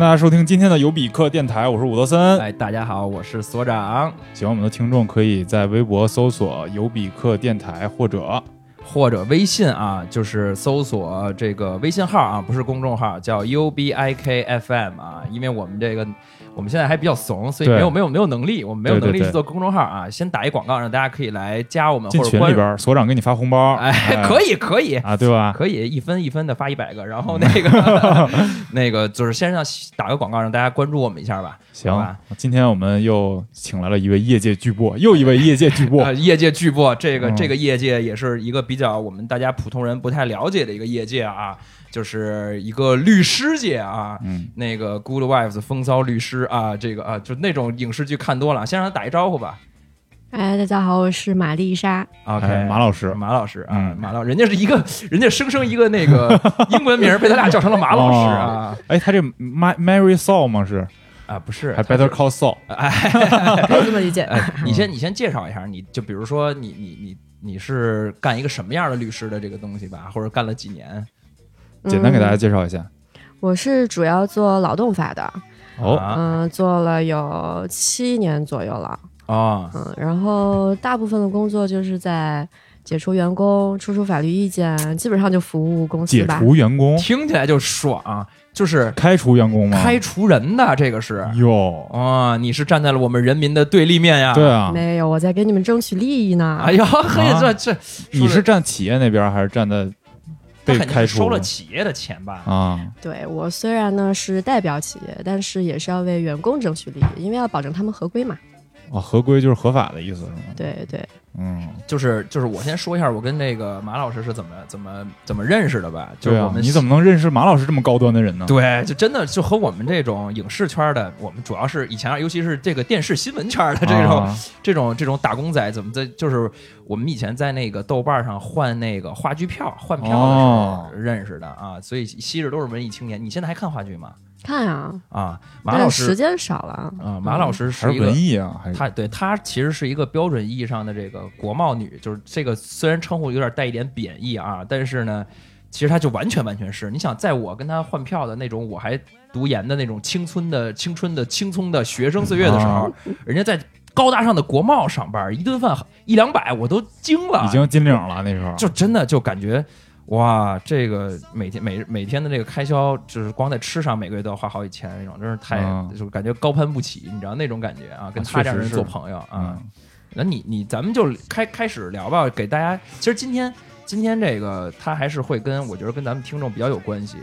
家收听今天的有比克电台，我是伍德森。 哎，大家好，我是所长，喜欢我们的听众可以在微博搜索“有比克电台”或者呃或者微信啊，就是搜索这个微信号啊，不是公众号，叫 U B I K F M 啊，因为我们这个我们现在还比较怂，所以对没有没有没有能力，我们没有对对能力对去做公众号啊，先打一广告，让大家可以来加我们进或者群关里注，边，所长给你发红包， 哎， 可以可以。啊，嗯对吧？可以一分一分的发一百个，然后那个 那个就是先让打个广告，让大家关注我们一下吧。行好吧，今天我们又请来了一位业界巨擘，又一位业界巨呃，擘，业界巨擘，这个、嗯这个业界也是一个比较我们大家普通人不太了解的一个业界啊，就是一个律师界啊。嗯，那个 Good Wives 风骚律师啊，这个啊，就那种影视剧看多了，先让他打一招呼吧。哎，大家好，我是玛 丽莎。 OK，、哎马老师，马老师啊，嗯马老，人家是一个， 人家生生一个 那个英文名儿被他俩叫成了马老师啊、 哎，他这 Ma- Mary Saul 吗？是，啊，不是嗯还 Better Call Saul？可以这么理解，哎， 你嗯先你先介绍一下，你就比如说你你你你是干一个什么样的律师的这个东西吧，或者干了几年？简单给大家嗯介绍一下。我是主要做劳动法的，哦，啊嗯、做了有七年左右了，啊嗯、然后大部分的工作就是在解除员工、出出法律意见，基本上就服务公司解吧。除员工，听起来就爽，就是开除员工吗？开除人的，这个是嗯哟，啊，你是站在了我们人民的对立面呀。对，啊，没有，我在给你们争取利益呢。哎呦，嘿，啊这这你是站企业那边还是站在被肯定开是除收了企业的钱吧？啊？对我虽然呢是代表企业，但是也是要为员工争取利益，因为要保证他们合规嘛。哦，合规就是合法的意思是吗？对对，嗯，就是就是，我先说一下我跟那个马老师是怎么怎么怎么认识的吧。就是对我啊，们你怎么能认识马老师这么高端的人呢？对，就真的就和我们这种影视圈的，我们主要是以前啊，尤其是这个电视新闻圈的这种、啊这种这种打工仔，怎么在就是我们以前在那个豆瓣上换那个话剧票换票的时哦候认识的啊，所以昔日都是文艺青年。你现在还看话剧吗？看啊，啊，马老但时师间少了啊，马老师还是一是个文。艺啊？还是她对她其实是一个标准意义上的这个国贸女，就是这个虽然称呼有点带一点贬义啊，但是呢，其实她就完全完全是，你想在我跟她换票的那种，我还读研的那种青春的青春的青葱的学生岁月的时候，嗯啊人家在高大上的国贸上班，一顿饭一两百我都惊了，已经金领了那时候，就真的就感觉。哇，这个每天每每天的这个开销，就是光在吃上每个月都要花好几千那种，真是太、嗯就是感觉高攀不起，你知道那种感觉啊，跟啊他确这样实人是做朋友啊。嗯那、你你咱们就开开始聊吧，给大家，其实今天今天这个他还是会跟我觉得跟咱们听众比较有关系，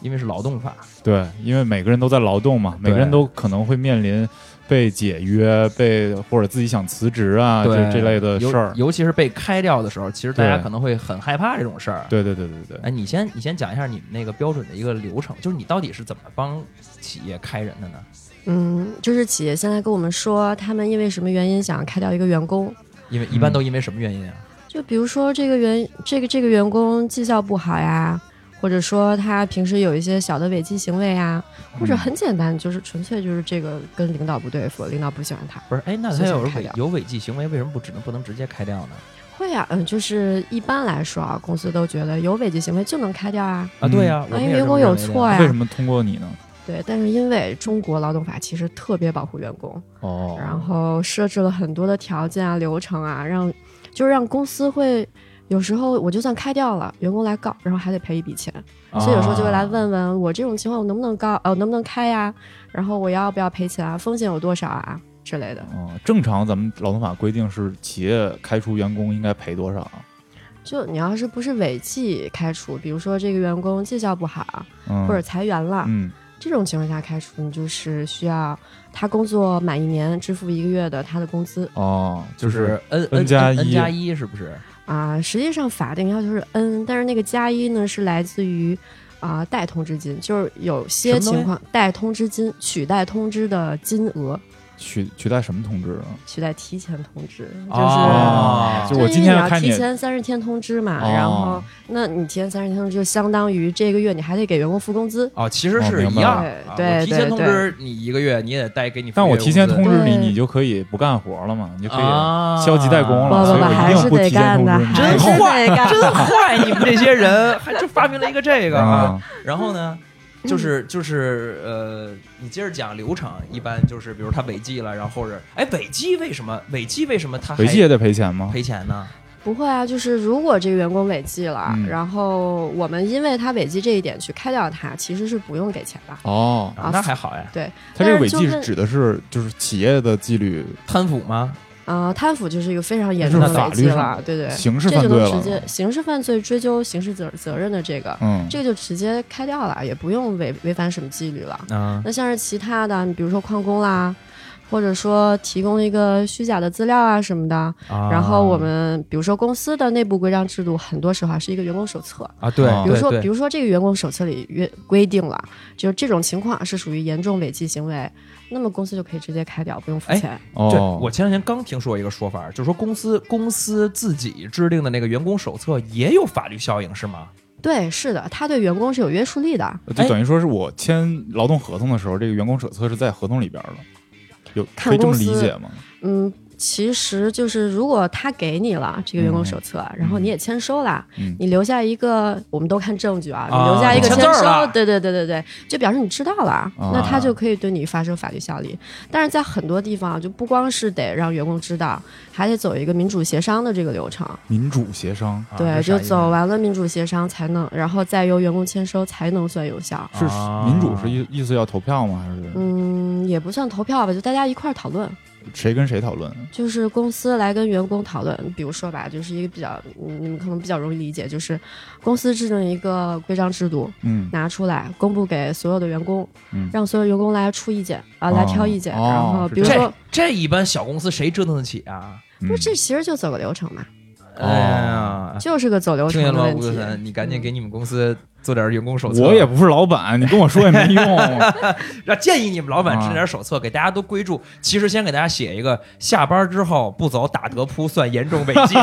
因为是劳动法，对，因为每个人都在劳动嘛，每个人都可能会面临被解约、被或者自己想辞职啊，对这这类的事儿。尤尤其是被开掉的时候，其实大家对可能会很害怕这种事儿。啊对对对对对，哎，你先你先讲一下你们那个标准的一个流程，就是你到底是怎么帮企业开人的呢？嗯，就是企业现在跟我们说，他们因为什么原因想开掉一个员工，因为一般都因为什么原因啊？就比如说这个员这个这个员工绩效不好呀，或者说他平时有一些小的违纪行为呀，或者很简单，就是纯粹就是这个跟领导不对付，领导不喜欢他。不是，哎，那他所以有才开违掉有违纪行为，为什么不只能不能直接开掉呢？会呀、嗯，就是一般来说啊，公司都觉得有违纪行为就能开掉啊。啊，对呀、我们因也是为员这么认工有为的错呀。呀为什么通过你呢？对，但是因为中国劳动法其实特别保护员工，哦，然后设置了很多的条件啊、流程啊，让就是让公司会有时候我就算开掉了，员工来告，然后还得赔一笔钱，啊所以有时候就会来问问我这种情况我能不能告，呃能不能开呀、然后我要不要赔钱啊，风险有多少啊之类的，哦，正常咱们劳动法规定是企业开除员工应该赔多少啊？就你要是不是违纪开除，比如说这个员工绩效不好嗯，或者裁员了，嗯，这种情况下开除你就是需要他工作满一年支付一个月的他的工资哦，就就是是 n N 加 n 一加一是不是？啊、实际上法定要求是 N，但是那个加一呢是来自于啊、代通知金，就是有什些么东西情况代通知金取代通知的金额取取代什么通知啊？取代提前通知，就是。哦就是就我因为今你天要开提你，前三十天通知嘛，哦然后那你提前三十天通知就相当于这个月你还得给员工付工资，哦，其实哦是明一白样了的。啊对我提前对通对知你一个月，你也得给你付月工资。但我提前通知你，对你就可以不干活了嘛，你就可以啊，消极怠工不了，所以不不，我 还一定是不得提前干通的，知你。还是真得干。真坏！你们这些人还就发明了一个这个啊。啊，然后呢，嗯就是就是呃，你接着讲流程，一般就是比如他违纪了，然后或者哎违纪为什么违纪为什么他还违纪也得赔钱吗？赔钱呢？不会啊，就是如果这个员工违纪了，嗯然后我们因为他违纪这一点去开掉他，其实是不用给钱的。哦，啊啊那还好呀，对，他这个但违是就纪是问指的是就是企业的纪律贪腐吗？啊，贪腐就是一个非常严这重是的法违纪律了上，对对，刑事这犯就罪能了直，接刑事犯罪追究刑事责责任的这个，嗯，啊这个就直接开掉了，也不用违违反什么纪律了。啊，那像是其他的，你比如说旷工啦，或者说提供一个虚假的资料啊什么的。然后我们比如说公司的内部规章制度，很多时候还是一个员工手册。啊，对，啊比如说，对比对如说这个员工手册里约规定了，就这种情况是属于严重违纪行为，那么公司就可以直接开掉，不用付哎钱。对，哦，我前两天刚听说一个说法，就是说公司公司自己制定的那个员工手册也有法律效应，是吗？对，是的，他对员工是有约束力的。就等于说是我签劳动合同的时候，这个员工手册是在合同里边的，有看可以这么公司理解吗？嗯，其实就是如果他给你了这个员工手册，然后你也签收了，嗯你留下一个，我们都看证据啊，啊你留下一个签签字儿收了，对对对对对，就表示你知道了，那他就可以对你发生法律效力。但是在很多地方，就不光是得让员工知道，还得走一个民主协商的这个流程。民主协商啊对，这啥啊就意思走完了民主协商才能，然后再由员工签收才能算有效。是啊民主是意意思要投票吗？还是嗯，也不算投票吧，就大家一块儿讨论，谁跟谁讨论？就是公司来跟员工讨论。比如说吧，就是一个比较，嗯你们可能比较容易理解，就是公司制定一个规章制度嗯拿出来，公布给所有的员工，嗯让所有员工来出意见啊、哦来挑意见。哦然后是比如这说这，这一般小公司谁折腾得起啊？嗯不是这其实就走个流程嘛，哎呀，就是个哦走流听见程的了吗，问吴题嗯哥。森？你赶紧给你们公司做点员工手册。我也不是老板，你跟我说也没用。要建议你们老板啊制点手册，给大家都归注。其实先给大家写一个，下班之后不走打德扑算严重违 纪，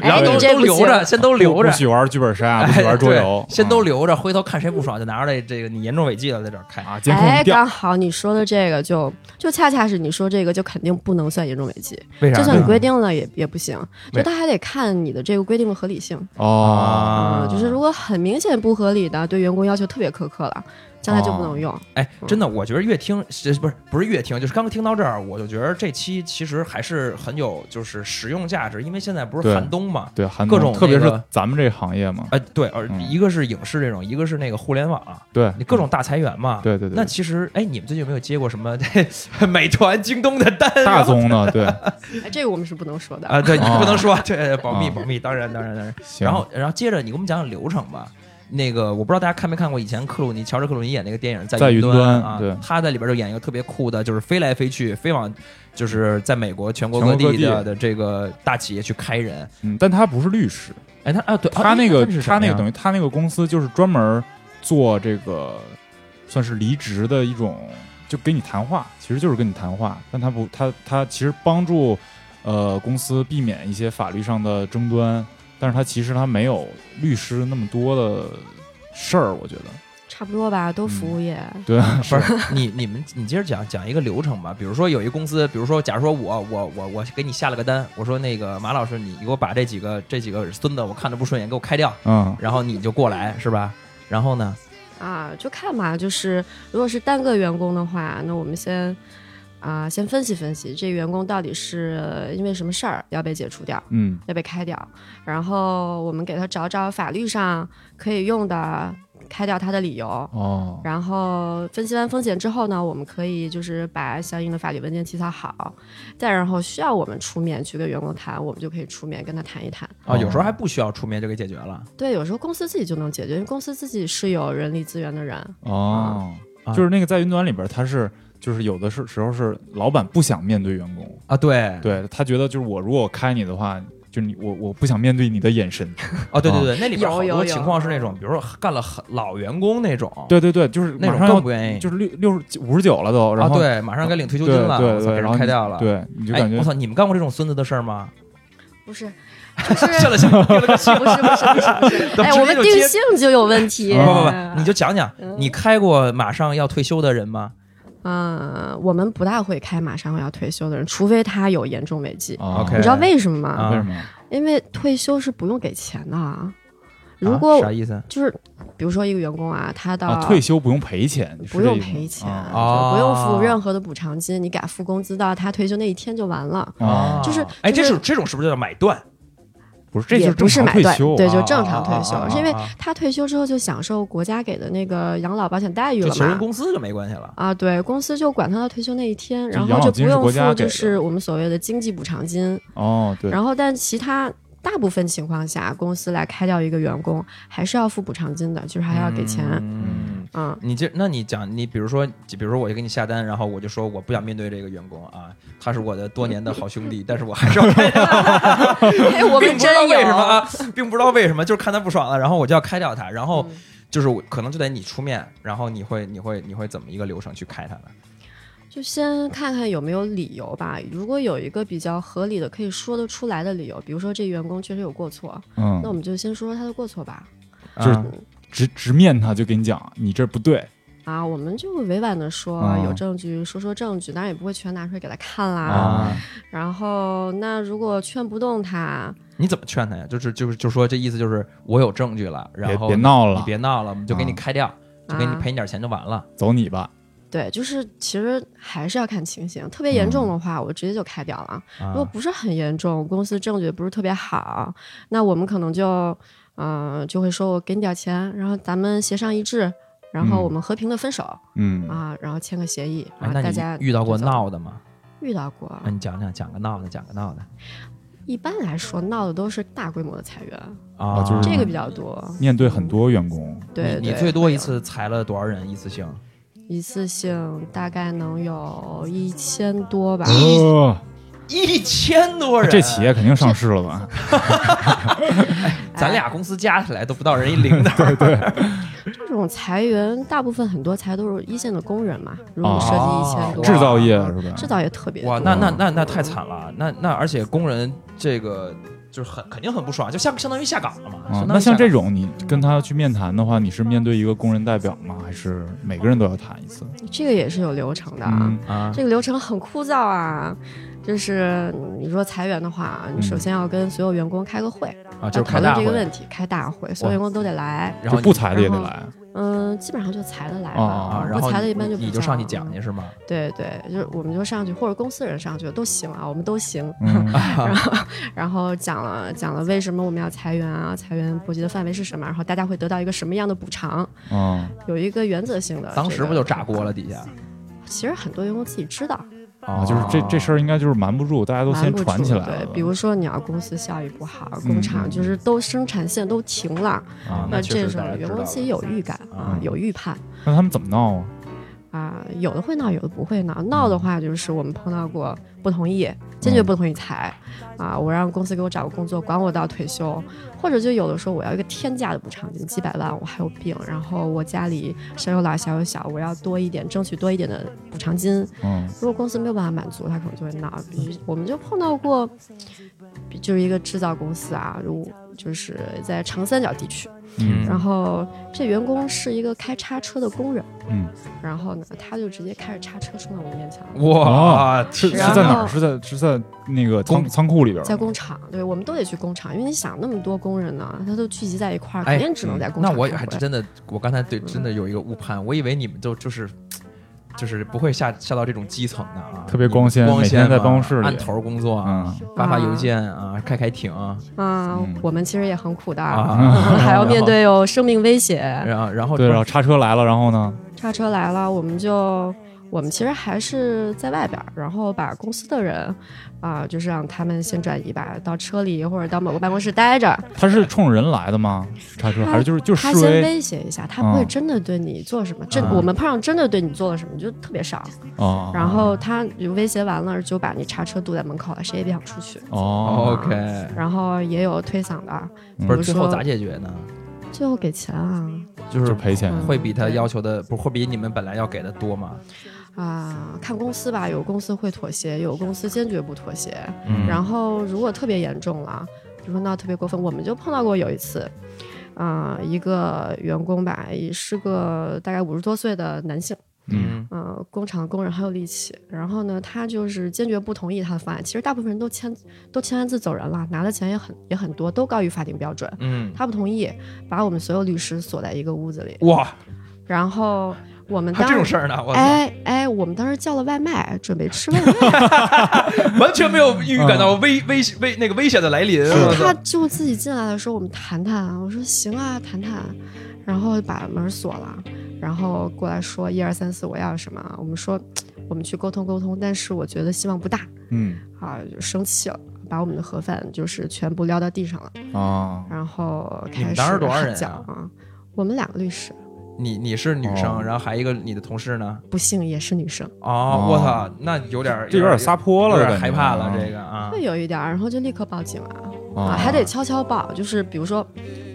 然后哎都你这都不行留着，先都留着不。许玩剧本杀，不哎许玩桌游对，先都啊留着，回头看谁不爽就拿着这这个你严重违纪了在这儿开。啊，监控哎，调刚好你说的这个就就恰恰是你说这个就肯定不能算严重违纪，为啥就呢？算你规定了也也不行，为就他还得看你的这个规定的合理性哦，啊嗯，就是如果很明显不合理的，对员工要求特别苛刻了，将来就不能用。哎，嗯真的，我觉得越听是不是不是越听，就是刚听到这儿，我就觉得这期其实还是很有就是实用价值，因为现在不是对寒冬嘛。对，韩各总种特别那是个咱们这行业嘛，哎，对，而嗯一个是影视这种，一个是那个互联网，啊对你各种大裁员嘛。对对对那其实，哎，你们最近有没有接过什么 美团、京东的单？啊大宗的，对， 哎，这个我们是不能说的。啊，对，你哦不能说， 对，保密，啊保密，当然，当然，当然。行然后，然后接着你给我们讲讲流程吧。那个我不知道大家看没看过以前克鲁尼乔治克鲁尼演那个电影在在云端端啊，对他在里边就演一个特别酷的，就是飞来飞去，飞往就是在美国全国全各国地各的地的这个大企业去开人。嗯，但他不是律师，哎，他啊，对，啊他那个是什他么那呀个等于他那个公司就是专门做这个，算是离职的一种，就给你谈话，其实就是跟你谈话，但他不他他其实帮助呃公司避免一些法律上的争端，但是他其实他没有律师那么多的事儿，我觉得差不多吧，都服务业。对，不 是你你们你接着讲讲一个流程吧，比如说有一公司，比如说假如说我我我我给你下了个单，我说那个马老师，你你给我把这几个这几个孙子我看着不顺眼，给我开掉，嗯然后你就过来是吧？然后呢，啊，就看吧，就是如果是单个员工的话，那我们先啊、先分析分析这员工到底是因为什么事儿要被解除掉。嗯要被开掉，然后我们给他找找法律上可以用的开掉他的理由，哦然后分析完风险之后呢，我们可以就是把相应的法律文件起草好，再然后需要我们出面去跟员工谈，我们就可以出面跟他谈一谈。哦啊，啊有时候还不需要出面就给解决了，对，有时候公司自己就能解决，因为公司自己是有人力资源的人。哦啊，就是那个在云端里边，他是就是有的是时候是老板不想面对员工。啊，对，对他觉得就是我如果开你的话，就你我我不想面对你的眼神。哦，对对对，那里边有好有多有嗯情况是那种，比如说干了很老员工那种，，对对对，就是那马种上更要不愿意，就是六六十五十九了都，然啊，后、对，马上该领退休对金了，对我对操给然人后开你掉了，。对，你就感哎，觉、我操！你们干过这种孙子的事 儿吗？不是，就是算了算了，定了个性不是不是不是不是，哎，直接我们就定接性就有问题。不不不不，你就讲讲，嗯你开过马上要退休的人吗？嗯、我们不大会开马上要退休的人，除非他有严重违纪。啊 OK 你知道为什么吗？啊为什么？因为退休是不用给钱的啊，如果啊、啥意思？就是比如说一个员工啊，他到、啊，退休不用赔钱，是不这用意思吗赔钱，啊啊就不用付任何的补偿金，你给他付工资到他退休那一天就完了。啊，就是哎，就这是种这种是不是就叫买断？不是，这就也是不正是常买退断，休，对，就啊正常退休，啊啊啊是因为啊啊他退休之后就享受国家给的那个养老保险待遇就了其实跟嘛。公司就没关系了。啊，对，公司就管他到退休那一天，养然后老就不金是用国家付给就的是我们所谓的经济补偿金。哦，对，然后，但其他大部分情况下，公司来开掉一个员工还是要付补偿金的，就是还要给钱。嗯嗯你这，那你讲，你比如说，比如说，我就给你下单，然后我就说我不想面对这个员工啊，他是我的多年的好兄弟，但是我还 是要开掉， 哎，我并 们不知道真为什么有。啊，并不知道为什么，就是看他不爽了，然后我就要开掉他，然后嗯就是我可能就得你出面，然后你会你会你会怎么一个流程去开他呢？就先看看有没有理由吧。如果有一个比较合理的、可以说得出来的理由，比如说这员工确实有过错，嗯那我，们就先说说他的过错吧。就是啊直直面他就跟你讲，你这不对，啊，我们就委婉的说，嗯哦有证据说说证据，当然也不会全拿出来给他看啦。啊，然后，那如果劝不动他，你怎么劝他呀？就是就是就说这意思就是我有证据了，然别后别闹你了，别闹了，我们就给你啊开掉，就给你啊赔你点钱就完了。走你吧，对，就是其实还是要看情形。特别严重的话，我直接就开掉了。嗯啊如果不是很严重，公司证据也不是特别好，那我们可能就，嗯、就会说我给你点钱，然后咱们协商一致，然后嗯我们和平的分手、嗯，啊，然后签个协议哎啊，那大你家遇哎到过就走闹的吗？啊遇到啊过那，你讲讲，讲个闹的，讲个闹的一般来说闹的都是大规模的裁员，啊哦就是这个比较多。面对很多员工，对，你你对最多会一有次裁了多少人一次性？一次性大概能有一千多吧。嗯哦，一千多这企哎业肯定上市了吧？咱俩公司加起来都不到人一 零头。对对，这种裁员，大部分很多裁都是一线的工人嘛，如果哦啊你涉及一千多，啊制造业是吧？制造业特别哇，多那那那那太惨了，那那而且工人这个就是很肯定很不爽，就相相当于下岗了嘛。啊相，当于那像下岗这种你跟他去面谈的话，你是面对一个工人代表吗？还是每个人都要谈一次？这个也是有流程的啊。嗯，啊这个流程很枯燥啊，就是你说裁员的话，你嗯首先要跟所有员工开个会，啊，就要是讨开论大这会个，问题，开大会，所有员工都得来。然就后不你裁的也得然后来，嗯，基本上就裁得来吧，哦哦啊，哦然不后裁的一般你就不啊你就叫上去了讲去是吗？对对，就是我们就上去，或者公司人上去都行啊，我们都行。嗯，然后，然后讲了讲了为什么我们要裁员啊，裁员波及的范围是什么，然后大家会得到一个什么样的补偿，啊，有一个原则性的。当时不就炸锅了？了底下？哦其实很多员工自己知道，啊，就是这这事儿应该就是瞒不住，大家都哦瞒先不传住。起来对了，吧。比如说你要公司效益不好，嗯工厂就是都生产线都停了，啊，那确这实时候大家员知工道自己了有预感啊嗯，有预判那他们怎么闹啊？啊，有的会闹，有的不会闹。闹的话就是我们碰到过不同意，坚决不同意裁啊，我让公司给我找个工作，管我到退休，或者就有的说我要一个天价的补偿金，几百万，我还有病，然后我家里上有老下有小，我要多一点，争取多一点的补偿金。嗯，如果公司没有办法满足，他可能就会闹。比我们就碰到过，比就是一个制造公司啊，如就是在长三角地区，嗯然后这员工是一个开叉车的工人，嗯，然后呢，他就直接开着叉车冲到我们面前了。 哇，哦是是天啊然在哪儿？后是在是在那个仓工仓库里边儿吗，在工厂，对我们都得去工厂，因为你想那么多工人呢，他都聚集在一块儿，哎肯定只能在工那厂开我会。还真的，我刚才对真嗯的有一个误判，我以为你们就就是就是不会下下到这种基层的啊，特别光鲜你们光每鲜天在嘛办公室里按头工作啊，嗯，发发邮件啊，开开庭啊，啊嗯，我们其实也很苦的，啊我们 还要面对有生命危险。然后然后对，啊然后叉车来了，然后呢？叉车来了，我们就我们其实还是在外边儿，然后把公司的人啊、就是让他们先转移吧，到车里或者到某个办公室待着。他是冲着人来的吗？叉车他还是就是就是他示先威威胁一下，他不会嗯真的对你做什么。真嗯我们碰上真的对你做了什么，你就特别伤。啊？然后他就威胁完了，就把你叉车堵在门口了，谁也别想出去。哦， OK，然后也有推搡的，不是嗯比如最后说咋解决呢？最后给钱啊就就是赔钱嗯会比他要求的不是会比你们本来要给的多吗？啊、看公司吧，有公司会妥协，有公司坚决不妥协。嗯然后如果特别严重了，比如说闹得特别过分，我们就碰到过有一次，啊、一个员工吧，也是个大概五十多岁的男性，嗯，呃，工厂的工人很有力气。然后呢，他就是坚决不同意他的方案。其实大部分人都签都签完字走人了，拿的钱也很也很多，都高于法定标准。嗯，他不同意，把我们所有律师锁在一个屋子里，哇，然后我们还当这种时。事儿呢，我操，哎哎，我们当时叫了外卖，准 备吃外卖，完全没有预感到嗯危危危那个危险的来临，我他操，就自己进来的时候，我们谈谈，我说行啊，谈谈，然后把门锁了，然后过来说一二三四我要什么，啊我们说我们去沟通沟通，但是我觉得希望不大嗯啊，就生气了，把我们的盒饭就是全部撂到地上了，嗯啊，然后你开们始当时多少人啊讲啊，我们两个律师，你你是女哦生，然后还一个你的同事呢，不幸也是女生，哦，我操，那有点儿这有点撒泼了，有点害怕感了觉这个啊会，有一点儿，然后就立刻报警了。啊啊，还得悄悄报，就是比如说，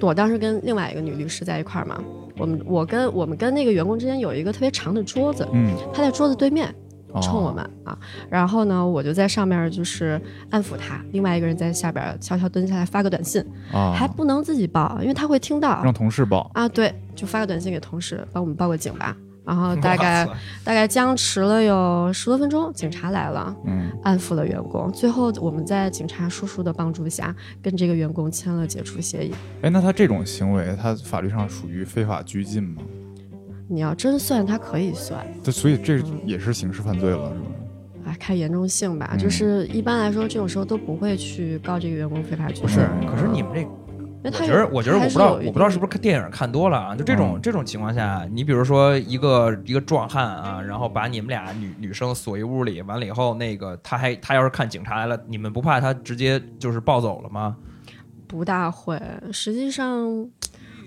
我当时跟另外一个女律师在一块儿嘛，我们我跟我们跟那个员工之间有一个特别长的桌子，嗯，他在桌子对面哦冲我们、啊，然后呢，我就在上面就是安抚他，另外一个人在下边悄悄蹲下来发个短信，啊，还不能自己报，因为他会听到让同事报啊，对，就发个短信给同事，帮我们报个警吧。然后 我啊大概操大概僵持了有十多分钟，警察来了，嗯安抚了员工。最后，我们在警察叔叔的帮助下，跟这个员工签了解除协议。哎，那他这种行为，他法律上属于非法拘禁吗？你要真算，他可以算，这所以这也是刑事犯罪了，是吧？哎，看严重性吧。嗯就是一般来说，这种时候都不会去告这个员工非法拘不禁，是，嗯可是你们这因为我他觉有得，我觉得我他还不知道，有我一不知道是不是定看电影看多了啊？就这种、嗯这种情况下，你比如说一个一个壮汉啊，然后把你们俩女女生锁一屋里，完了以后，那个他还他要是看警察来了，你们不怕他直接就是暴走了吗？不大会。实际上，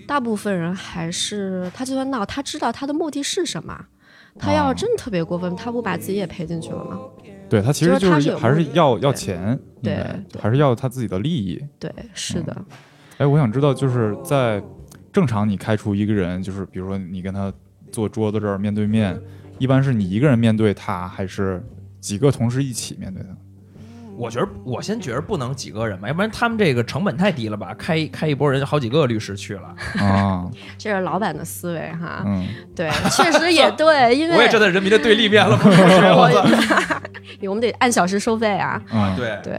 大部分人还是他就算闹，他知道他的目的是什么。他要哦真特别过分，他不把自己也赔进去了吗？对他其实就是就他是是有还是目的要对要钱，对应该对还是要他自己的利益。对，是的，嗯哎，我想知道，就是在正常你开除一个人，就是比如说你跟他坐桌子这儿面对面，一般是你一个人面对他，还是几个同事一起面对他？我觉得我先觉得不能几个人吧，要不然他们这个成本太低了吧？开开一波人好几个律师去了，啊，这是老板的思维哈。嗯，对，确 实也对，因为我也站在人民的对立面 了，不是？我操我我们得按小时收费啊。啊，，对，对，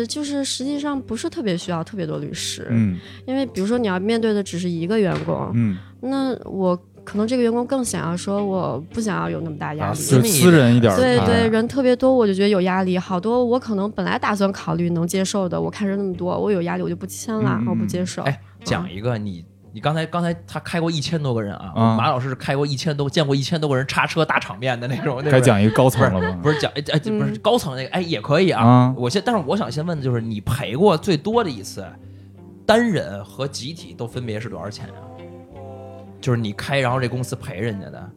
呃，就是实际上不是特别需要特别多律师，嗯因为比如说你要面对的只是一个员工，嗯，那我可能这个员工更想要说我不想要有那么大压啊力，私就密私人一点儿哎对看，对，人特别多，我就觉得有压力。好多我可能本来打算考虑能接受的，我看人那么多，我有压力我就不签了，嗯嗯我不接受。哎，讲一个你。你刚才刚才他开过一千多个人啊，啊马老师是开过一千多，见过一千多个人叉车大场面的那种。那该种讲一个高层了吧？不是讲哎哎，不是嗯高层那个哎也可以啊。啊，我先，但是我想先问的就是，你赔过最多的一次，单人和集体都分别是多少钱啊？就是你开，然后这公司赔人家的，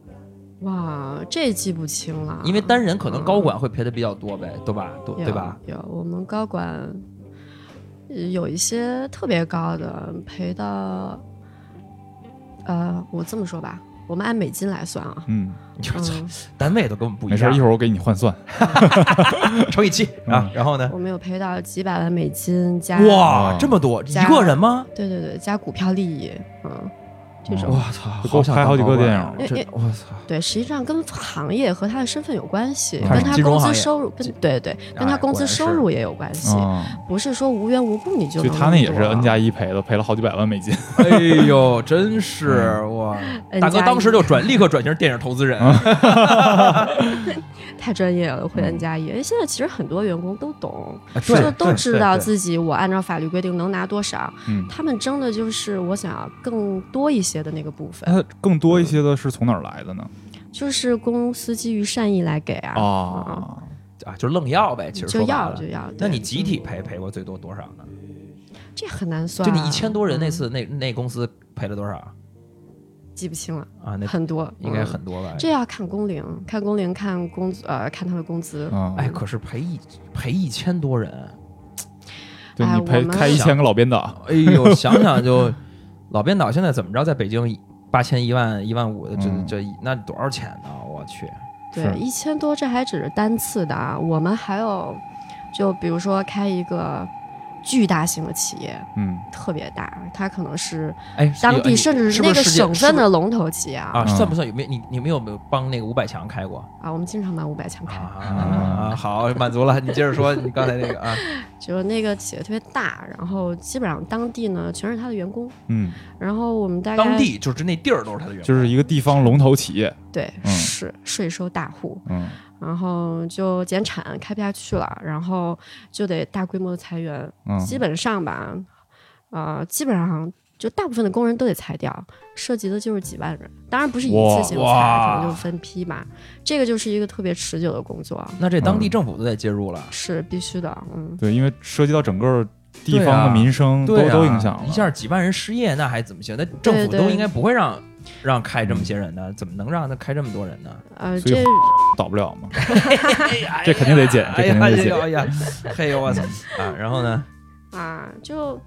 哇，这记不清了，因为单人可能高管会赔的比较多呗，对吧？对有对吧？？有，我们高管呃有一些特别高的赔到，呃，我这么说吧，我们按美金来 算啊，嗯， 我操，嗯，单位都跟我们不没一事儿，样一，嗯会儿我给你换 算。乘以七啊，然后呢？我们有赔到几百万美金加，哦哇，这么多，一加个人吗？嗯对对对，加股票利益，嗯，这种。哦我操，给我好想拍好几当个高电管啊影这我操，对，实际上跟行业和他的身份有关系，嗯跟他金融工行资业收入，跟金对对，跟他哎工果资然是收入也有关系，啊，不是说无缘无故你就就能他那也多是 N 加一赔的，赔了好几百万美 金。哎呦，真是嗯哇！ N 大哥嗯加当时一就转，立刻转型电影投资人。啊 太专业了，会嗯 N 加一。因为现在其实很多员工都懂，对就都对知对道对自己我按照法律规定能拿多少，嗯，他们争的就是我想要更多一些的那个部嗯分，那更多一些的是从哪儿来的呢？就是公司基于善意来给啊，嗯啊，啊，哦就愣要呗，其实就说白要了就。要。那对你集体嗯赔赔过最多多少呢？这很难算就啊，你一千多人那嗯次，那那公司赔了多少记不清了，啊？那很多应该。嗯很多吧？这要看工龄，看工龄，看工资呃，看他的工资。啊，哎，可是赔一赔一千多人，对哎你我赔们开一千个老编导，哎呦， 想想就，老编导现在怎么着，在北京八千一万一万五的，这嗯这那多少钱呢？我去，对是，一千多这还只是单次的啊，我们还有，就比如说开一个巨大型的企业，嗯，特别大，它可能是哎，当有地甚至是不那是个世界省份是的龙头企业啊不是嗯啊，算不算有没有你你们有没有帮那个五百强开 过啊！我们经常把五百强开，啊？好，满足了，你接着说你刚才那个啊，就是那个企业特别大，然后基本上当地呢全是他的员工，嗯，然后我们 大概当地就是那地儿都是他的员就是一个地方龙头企业，对、嗯是税收大户，嗯然后就减产开不下去了，然后就得大规模的裁员，嗯基本上吧，呃，基本上就大部分的工人都得裁掉，涉及的就是几万人，当然不是一次性裁，哇可能就是分批吧。这个就是一个特别持久的工作，那这嗯当地政府都得介入了，是必须的，嗯。对，因为涉及到整个地对方啊的民生都、对啊都影响了，一下几万人失业，那还怎么行？那政府对对都应该不会让让开嗯这么些人呢，怎么能让他开这么多人呢？呃，所以这倒不 了嘛。哎这肯定得减呀这肯定嗯得减 哎呀，哎呀，嘿呦我操啊！然后呢？啊，就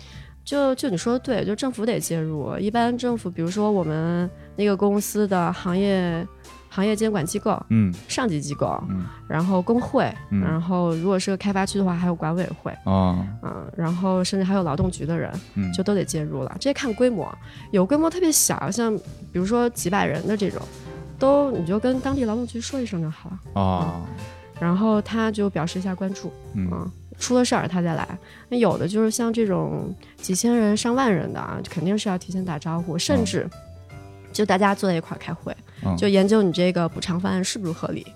就就你说的对，就政府得介入。一般政府，比如说我们那个公司的行业行业监管机构、嗯上级机构，嗯然后工会，嗯然后如果是个开发区的话，还有管委会，啊嗯，然后甚至还有劳动局的人，嗯，就都得介入了。这看规模，有规模特别小，像比如说几百人的这种，都你就跟当地劳动局说一声就好了，嗯啊然后他就表示一下关注，嗯嗯，出了事儿他再来。那有的就是像这种几千人、上万人的啊，肯定是要提前打招呼，甚至就大家坐在一块儿开会，嗯就研究你这个补偿方案是不是合理，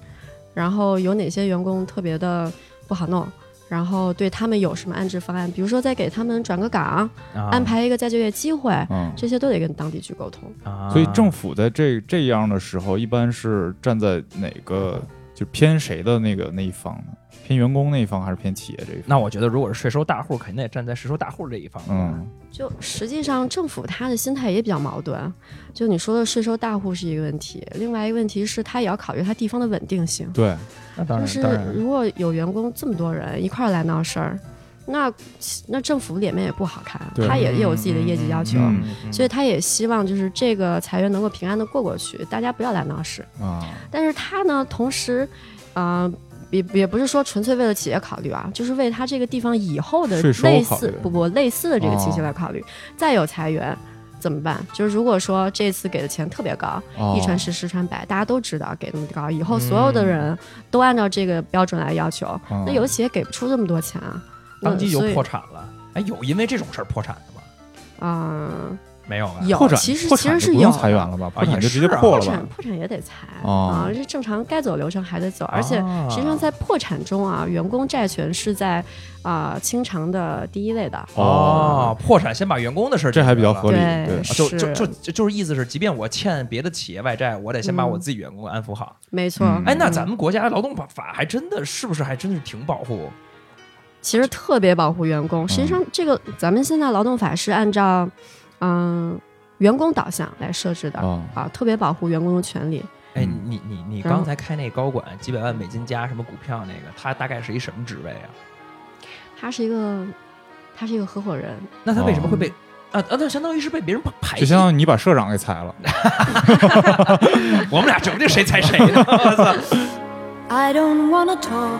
然后有哪些员工特别的不好弄。然后对他们有什么安置方案？比如说再给他们转个岗，啊安排一个再就业机会，嗯。这些都得跟当地去沟通。啊，所以政府在这这样的时候，一般是站在哪个就偏谁的那个那一方呢？偏员工那一方还是偏企业这一方？那我觉得，如果是税收大户，肯定得站在税收大户这一方。嗯就实际上，政府他的心态也比较矛盾。就你说的税收大户是一个问题，另外一个问题是他也要考虑他地方的稳定性。对，那当就然，是当然，如果有员工这么多人一块儿来闹事儿，那那政府脸面也不好看，对他也有自己的业绩要求，嗯所以他也希望就是这个裁员能够平安的过过去，大家不要来闹事。啊，但是他呢，同时，啊、也也不是说纯粹为了企业考虑啊，就是为他这个地方以后的税收类考似虑哦不不类似的这个情形来考虑。再有裁员怎么办？就是如果说这次给的钱特别高，哦一传十，十传百，大家都知道给那么高，以后所有的人都按照这个标准来要求，嗯那有的企业给不出这么多钱啊。那当即就所以破产了。哎，有因为这种事儿破产的吗？嗯、没有啊吧？有破，产其实破其产实就是不有用裁员的了吧？啊破产也就直接是啊破破了产吧？破产也得裁哦啊，这正常该走流程还得走，而且啊实际上，在破产中啊，员工债权是在啊、清偿的第一位的。哦，破产先把员工的事儿解这决了，还比较合理，对对，啊。就就是就就就是意思是，即便我欠别的企业外债，我得先把我嗯自己员工安抚好。没错。嗯哎，那嗯咱们国家劳动法还真的是不是还真是挺保护其实特别保护员工。嗯实际上，这个咱们现在劳动法是按照嗯、员工导向来设置的、啊啊，特别保护员工的权利。哎，嗯你你你然后刚才开那高管几百万美金加什么股票那个，他大概是一什么职位啊？他是一个，他是一个合伙人，那他为什么会被、啊啊？那相当于是被别人排哦挤。就相当于你把社长给裁了。我们俩整这谁猜谁呢？我操！ I don't wanna talk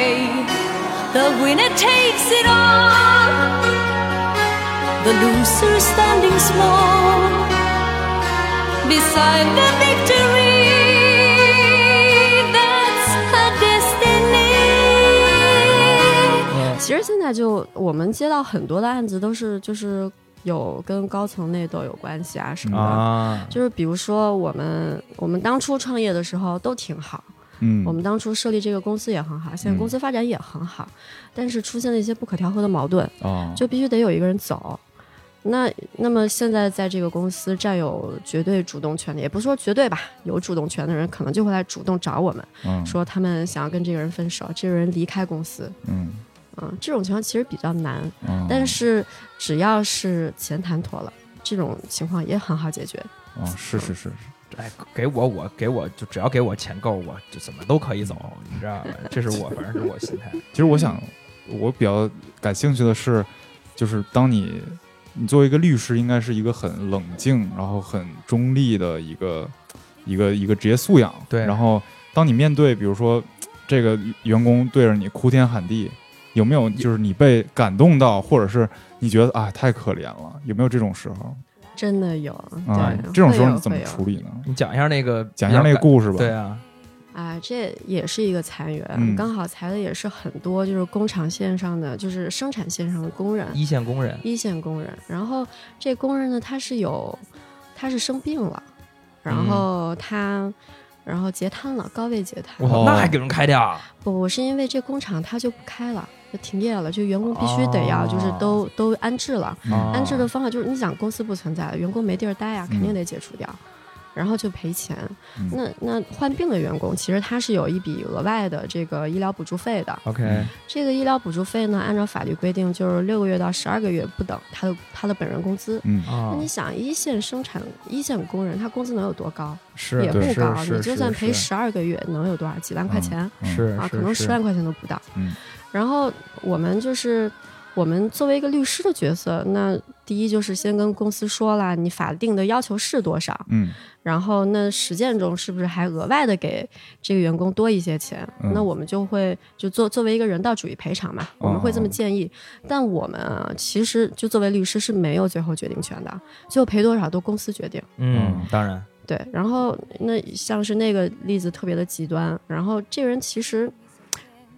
The winner takes it all. The loser standing small beside the victory. That's her destiny. 其实现在就我们接到很多的案子都是就是有跟高层内斗有关系啊什么的。啊，就是比如说，我们我们当初创业的时候都挺好，嗯，我们当初设立这个公司也很好，现在公司发展也很好，但是出现了一些不可调和的矛盾，啊，就必须得有一个人走。那那么现在在这个公司占有绝对主动权的，也不是说绝对吧，有主动权的人可能就会来主动找我们，嗯说他们想要跟这个人分手，这个人离开公司。嗯嗯，这种情况其实比较难，嗯但是只要是钱谈妥了，这种情况也很好解决。啊，是是是，是 哎，给我我给我就只要给我钱够，我就怎么都可以走，你知道吧？这是我反正是我心态。其实我想，我比较感兴趣的是，就是当你你作为一个律师，应该是一个很冷静，然后很中立的一个一个一个职业素养。对然后当你面对，比如说这个员工对着你哭天喊地，有没有就是你被感动到，或者是你觉得啊太可怜了，有没有这种时候真的有，对，啊会？这种时候有你怎么会有处理呢？你讲一下那个，讲一下那个故事吧。对啊，啊，这也是一个裁员，嗯刚好裁的也是很多，就是工厂线上的，就是生产线上的工人，一线工人一线工人。然后这工人呢，他是有，他是生病了，然嗯后他，然后截瘫了，高位截瘫。哇哦嗯那还给人开掉？啊不，我是因为这工厂它就不开了，就停业了，就员工必须得要，哦就是都、都安置了。啊嗯安置的方法就是，你想公司不存在了，员工没地儿待呀、嗯肯定得解除掉，然后就赔钱。嗯那那患病的员工，其实他是有一笔额外的这个医疗补助费的。嗯 OK，这个医疗补助费呢，按照法律规定就是六个月到十二个月不等，他的他的本人工资。嗯啊那你想，一线生产一线工人，他工资能有多高？啊是也不对高。是是你就是算赔是嗯十二个月，能有多少？几万块钱？是啊，是可能是十万块钱都不到。嗯然后我们就是我们作为一个律师的角色，那第一就是先跟公司说了你法定的要求是多少，嗯然后那实践中是不是还额外的给这个员工多一些钱？嗯那我们就会就作作为一个人道主义赔偿嘛，我们会这么哦建议。但我们啊，其实就作为律师是没有最后决定权的，最后赔多少都公司决定。嗯，当然对，然后那像是那个例子特别的极端，然后这个人其实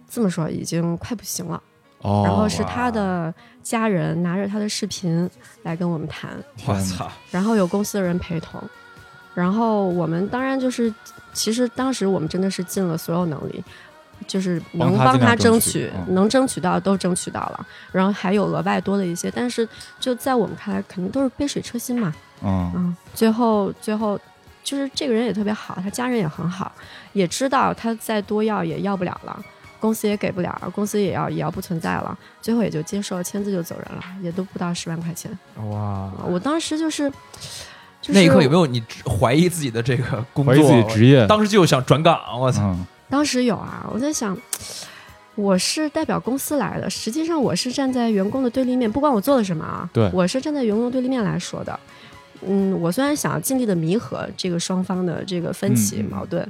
这么说已经快不行了，哦然后是他的家人拿着他的视频来跟我们谈，我天哪操，然后有公司的人陪同，然后我们当然就是，其实当时我们真的是尽了所有能力。就是帮能他帮尽量他争争取取，嗯能争取到都争取到了，然后还有额外多的一些，但是就在我们看来，肯定都是杯水车薪嘛。嗯嗯，最后最后就是这个人也特别好，他家人也很好，也知道他再多要也要不了了，公司也给不了，公司也要也要不存在了，最后也就接受签字就走人了，也都不到十万块钱。哇！啊我当时就是。就是、那一刻有没有你怀疑自己的这个工怀疑自己作？职业，当时就想转岗， 我操！嗯当时有啊，我在想，我是代表公司来的，实际上我是站在员工的对立面，不管我做了什么啊，对我是站在员工对立面来说的。嗯，我虽然想要尽力的弥合这个双方的这个分歧嗯嗯矛盾，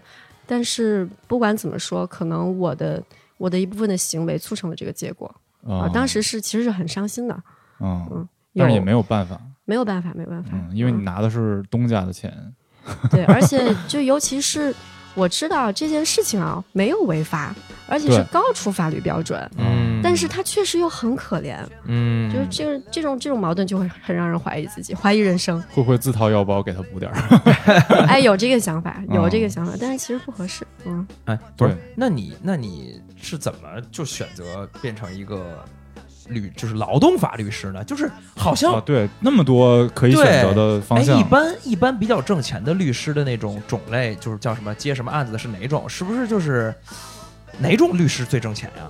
但是不管怎么说，可能我的我的一部分的行为促成了这个结果、啊。啊当时是其实是很伤心的，嗯，有但是也没有办法，没有办法，没有办法，嗯，因为你拿的是东家的钱，对，而且就尤其是我知道这件事情啊没有违法，而且是对高出法律标准，嗯，但是他确实又很可怜，嗯，就是这个这种这种矛盾就会很让人怀疑自己， 怀疑人 生。会不会自掏腰包给他补点儿？哎，有这个想法，有这哦个想法，但是其实不合适。嗯，哎，不是对，那你那你是怎么就选择变成一个律，就是劳动法律师呢？就是好像、啊，对，那么多可以选择的哎，方向一，般一般比较挣钱的律师的那种种类，就是叫什么接什么案子的是哪种？是不是就是哪种律师最挣钱呀、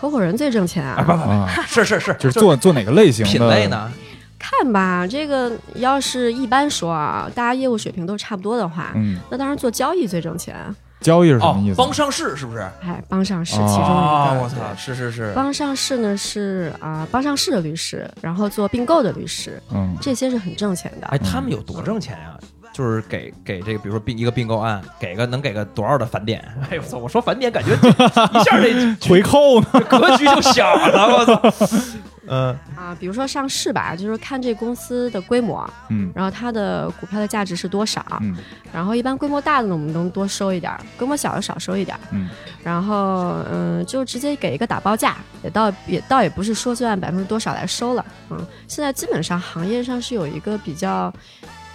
合伙人最挣钱啊？啊，不不啊不，是是是，就是做做哪个类型的品类？呢？看吧，这个要是一般说啊，大家业务水平都差不多的话，嗯，那当然做交易最挣钱。啊交易是什哦么意，思？帮上市是不是？哎，帮上市哦其中一个，啊，我对操，是是是，帮上市呢是啊、帮上市的律师，然后做并购的律师，嗯，这些是很挣钱的。哎，他们有多挣钱呀、就是给给这个，比如说并一个并购案，给个能给个多少的返点？ 哎呦我操！我说返点，感觉 这一下这回扣呢？这格局就小了，我操！嗯啊，比如说上市吧，就是看这公司的规模，嗯然后它的股票的价值是多少，嗯然后一般规模大的呢，我们能多收一点儿；规模小的少收一点儿。嗯然后，嗯，就直接给一个打包价，也倒也倒也不是说就按百分之多少来收了。嗯，现在基本上行业上是有一个比较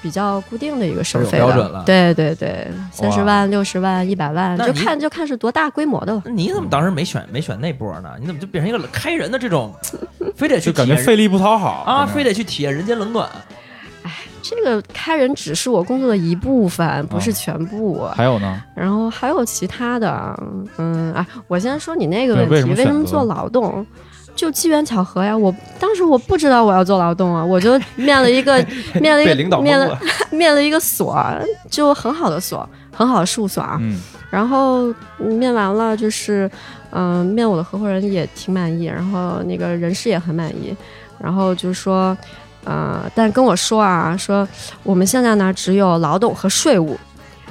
比较固定的一个收是有费标的准了对对对，三十万、六十万、一百万，那就你看就看是多大规模的了。那你怎么当时没选没选那波呢？你怎么就变成一个开人的 这种，非得去就感体觉验费力不讨好啊，非得得去体验人间冷暖？这个开人只是我工作的一部分，不是啊全部。还有呢？然后还有其他的，嗯啊，我先说你那个对问题，为什么为什么选择做劳动？就机缘巧合呀，我当时我不知道我要做劳动啊，我就面了一 个面了一被个领导蒙面了了， 面了一个所，就很好的所，很好的事务所啊。嗯然后嗯面完了，就是嗯、呃面我的合伙人也挺满意，然后那个人事也很满意，然后就说，呃，但跟我说啊，说我们现在呢只有劳动和税务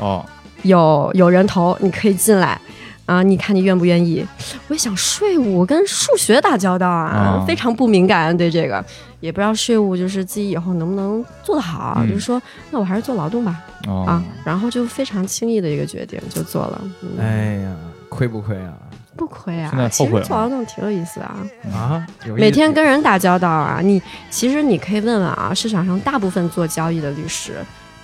哦，有有人头，你可以进来。啊、你看你愿不愿意？我一想税务跟数学打交道啊，啊非常不敏感对这个，也不知道税务就是自己以后能不能做得好，啊嗯就是说那我还是做劳动吧。哦啊，然后就非常轻易的一个决定就做了，嗯，哎呀，亏不亏啊？不亏现在后啊，其悔实了做劳动挺有意思的啊，啊，有意每天跟人打交道啊，你其实你可以问问啊，市场上大部分做交易的律师，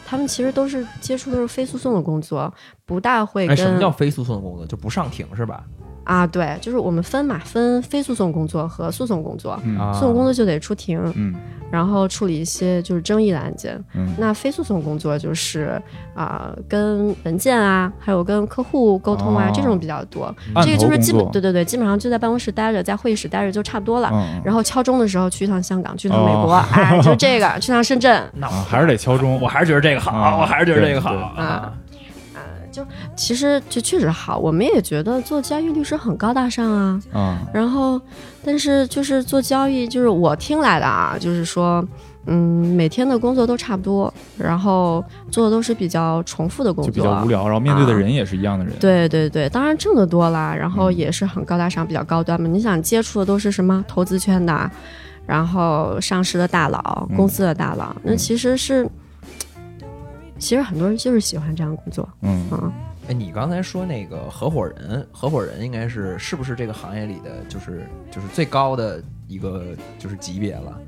他们其实都是接触的是非诉讼的工作，不大会哎，什么跟叫非诉讼工作？就不上庭是吧？啊，对，就是我们分嘛，分非诉讼工作和诉讼工作，嗯啊，诉讼工作就得出庭，嗯然后处理一些就是争议的案件，嗯，那非诉讼工作就是啊、跟文件啊，还有跟客户沟通啊，哦这种比较多。案这个头就是工基本作对对对，基本上就在办公室待着，在会议室待着就差不多了。嗯，然后敲钟的时候去一趟香港，去一趟美国，哦哎， 就这个，去趟深圳。那啊还是得敲钟我还是觉得这个啊好，我还是觉得这个好对啊。其实这确实好，我们也觉得做交易律师很高大上啊。啊然后，但是就是做交易，就是我听来的啊，就是说，嗯，每天的工作都差不多，然后做的都是比较重复的工就作，啊比较无聊，然后面对的人也是一样的人，对对对，当然挣得多啦，然嗯后也是很高大上、比较高端嘛。你想接触的都是什么投资圈的，啊然后上市的大佬、嗯公司的大佬，那嗯其实是，其实很多人就是喜欢这样的工作，嗯嗯，哎，你刚才说那个合伙人，合伙人应该是是不是这个行业里的就是就是最高的一个就是级别了？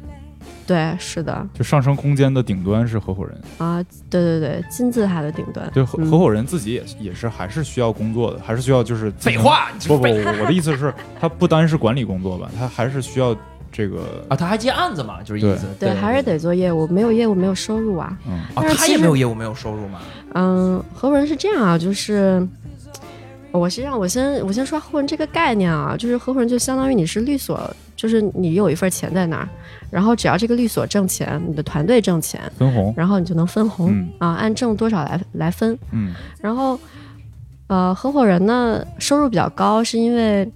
对，是的，就上升空间的顶端是合伙人，啊，对对对，金字塔的顶端，对合嗯合伙人自己也也是还是需要工作的，还是需要就是废。话，你这不不，废我的意思是，他不单是管理工作吧，他还是需要这个啊，他还接案子嘛，就是意思对，还是得做业务，没有业务没有收入啊。嗯啊，但是他其也实没有业务，没有收入嘛。嗯，合伙人是这样啊，就是我实际上我先我先说合伙人这个概念啊，就是合伙人就相当于你是律所，就是你有一份钱在那儿，然后只要这个律所挣钱，你的团队挣钱，分红，然后你就能分红、嗯啊，按挣多少来来分。嗯然后呃，合伙人呢收入比较高，是因为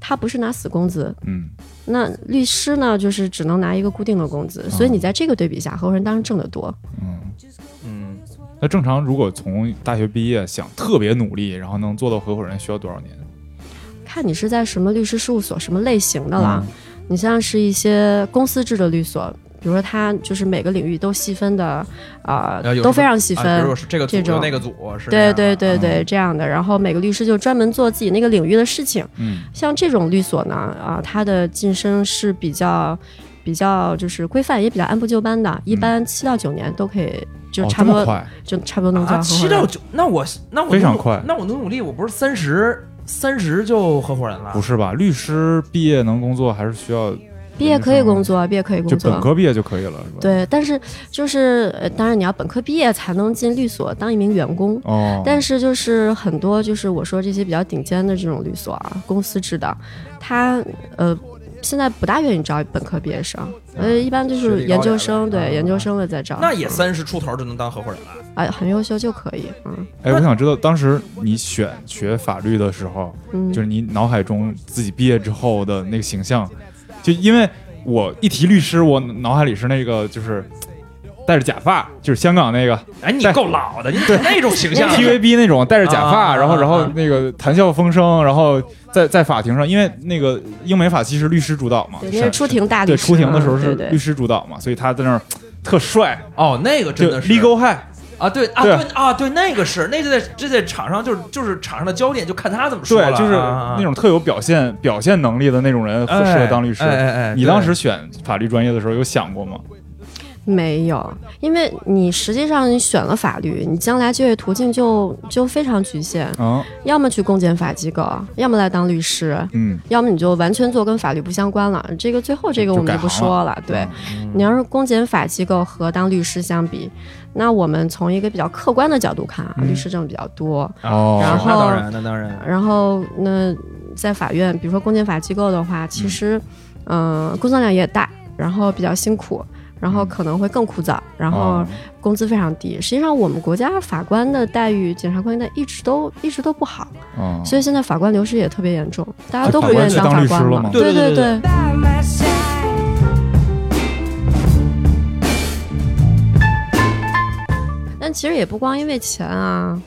他不是拿死工资，嗯那律师呢就是只能拿一个固定的工资，所以你在这个对比下，合伙人当然挣得多。嗯。嗯，那正常如果从大学毕业想特别努力，然后能做到合伙人，需要多少年？看你是在什么律师事务所、什么类型的了。嗯你像是一些公司制的律所，比如说它就是每个领域都细分的，啊啊、有都什非么常细分。啊，比如说啊是这个组这有种那个组是那对样对的对对，这样的。然后每个律师就专门做自己那个领域的事情。嗯像这种律所呢，啊、它的晋升是比较比较就是规范，也比较按部就班的，嗯一般七到九年都可以，就哦差不这多、么快，就差不多能做啊，到合七伙人。到九，那我那我非常努快那我努努力，我不是三十三十就合伙人了？不是吧？律师毕业能工作，还是需要毕业可以工作，毕业可以就工本作。科毕业就可以了，是吧？，对，但是就是呃当然你要本科毕业才能进律所当一名员工。哦，但是就是很多就是我说这些比较顶尖的这种律所啊，公司制的，他呃现在不大愿意招本科毕业生，嗯呃、一般就学历高是研究点生，的对、啊研究生了再招。那也三十出头就能当合伙人了？啊、很优秀就可以，嗯哎，我想知道，当时你选学法律的时候，嗯，就是你脑海中自己毕业之后的那个形象，就因为我一提律师，我脑海里是那个就是戴着假发，就是香港那个哎，你对够老的，你那种形象 TVB 那种戴着假啊发，然后啊然后啊那个谈笑风生，然后在在法庭上，因为那个英美法系是律师主导嘛，对，那是出庭大律对师出庭的时候嗯是对律对师主导嘛，所以他在那儿特帅，哦，那个真就的是 legal high，啊，对啊，对对啊，对，那个是，那就在这在场上就是就是场上的焦点，就看他怎么说对了，，就是啊那种特有表现表现能力的那种人，哎适合当律师哎哎哎。你对当时选法律专业的时候有想过吗？没有，因为你实际上你选了法律，你将来就业途径就就非常局限，嗯要么去公检法机构，要么来当律师，嗯，要么你就完全做跟法律不相关了。这个最后这个就我们改就不行嗯说了。对，你要是公检法机构和当律师相比，那我们从一个比较客观的角度看啊，嗯律师挣得比较多。哦然啊那后当然，那当然，然后那在法院，比如说公检法机构的话，其实嗯、工作量也大，然后比较辛苦，然后嗯可能会更枯燥，然后啊工资非常低。实际上，我们国家法官的待遇、检察官的一直都一直都不好，啊，所以现在法官流失也特别严重，大家哎都法不官愿意去当当法律官师了了吗。对对对对对 by my side. 但其实也不光因为钱啊，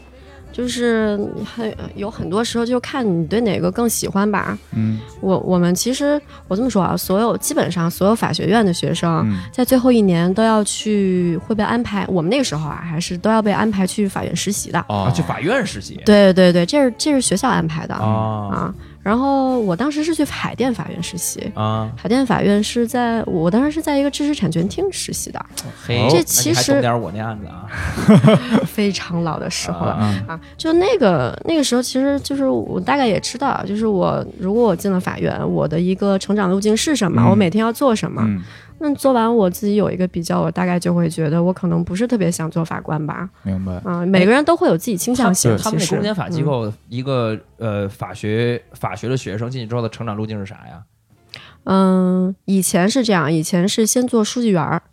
就是很有很多时候就看你对哪个更喜欢吧。嗯我我们其实我这么说啊，所有基本上所有法学院的学生。嗯在最后一年都要去，会被安排。我们那个时候啊，还是都要被安排去法院实习的。啊啊，去法院实习对对对，这是这是学校安排的啊啊然后我当时是去海淀法院实习，啊，海淀法院是在我当时是在一个知识产权厅实习的，哦嘿，这那其你还实懂点儿我那案子啊，非常老的时候了。啊啊，就那个那个时候，其实就是我大概也知道，就是我如果我进了法院，我的一个成长路径是什么，嗯我每天要做什么。嗯那做完我自己有一个比较，我大概就会觉得我可能不是特别想做法官吧。明白啊、每个人都会有自己倾向性。他们那其实嗯公检法机、构一个呃法学法学的学生进去之后的成长路径是啥呀？嗯，嗯，以前是这样，以前是先做书记员儿，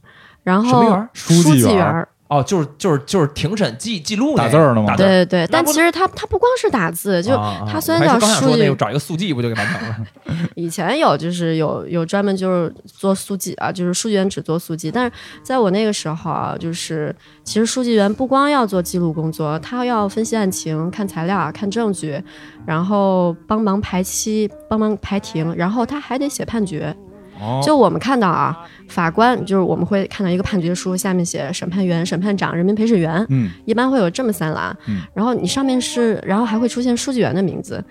然什么员后儿书记员儿员儿，哦，就是就是就是庭审记记录打那个字儿呢吗打字儿对对对。但不其实他他不光是打字，就啊啊他虽然我还是叫刚想书说那记个找一个速记不就给完成了？ 以前有，就是有有专门就是做书记啊，就是书记员只做书记。但是在我那个时候啊，就是其实书记员不光要做记录工作，他要分析案情、看材料、啊看证据，然后帮忙排期、帮忙排庭，然后他还得写判决。哦，就我们看到啊，法官就是我们会看到一个判决书，下面写审判员、审判长、人民陪审员，嗯一般会有这么三栏，嗯然后你上面是，然后还会出现书记员的名字，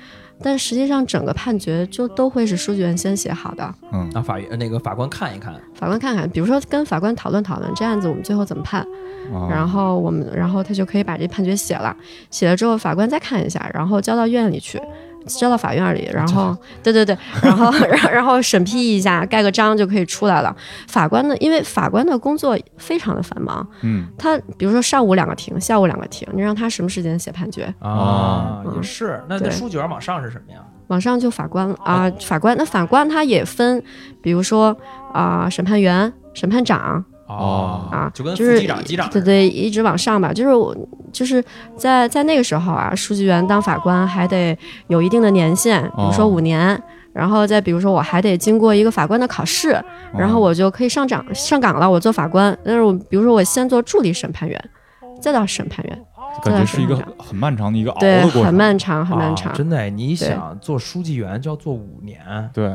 但实际上整个判决就都会是书记员先写好的，嗯让法院那个法官看一看，法官看看，比如说跟法官讨论讨论这案子我们最后怎么判，啊嗯然后我们然后他就可以把这判决写了，写了之后法官再看一下，然后交到院里去。交到法院里，然后 对对对，然后 然后然后审批一下，盖个章就可以出来了。法官的，因为法官的工作非常的繁忙，嗯他比如说上午两个庭，下午两个庭，你让他什么时间写判决？啊，嗯也是。那那对书记员往上是什么呀？往上就法官了哦啊、法官那法官他也分，比如说啊、审判员、审判长哦啊，就跟副是机长、机长似对的对，一直往上吧。就是我就是在在那个时候啊，书记员当法官还得有一定的年限，比如说哦五年。然后再比如说，我还得经过一个法官的考试，哦哦然后我就可以上岗上岗了，我做法官。但是我比如说，我先做助理审判员，再到审判员，感觉是一个这样很漫长的一个熬对，的过很程，漫长，很漫长啊。真的，你对想做书记员就要做五年，对，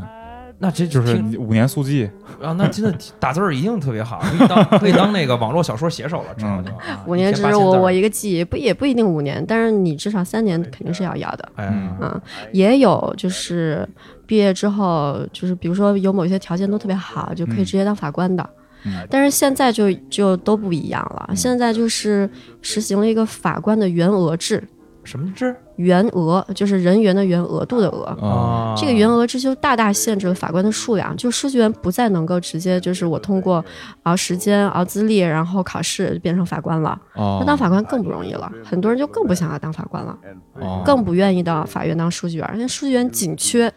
那这就是听你五年速记，啊，那真的 打字儿一定特别好，可以当可以当那个网络小说写手了，知道吗？啊五年只是我我，一个记忆，不也不一定五年，但是你至少三年肯定是要要的。 1800哎呀，嗯，也有就是毕业之后，就是比如说有某些条件都特别好，就可以嗯直接当法官的。嗯但是现在就就都不一样了，现在就是实行了一个法官的员额制，什么制员额就是人员的员，额度的额。啊啊？这个员额制就大大限制了法官的数量，就书记员不再能够直接就是我通过熬时间、熬资历，然后考试就变成法官了。啊那当法官更不容易了，很多人就更不想要当法官了，哦更不愿意到法院当书记员，因为书记员紧缺。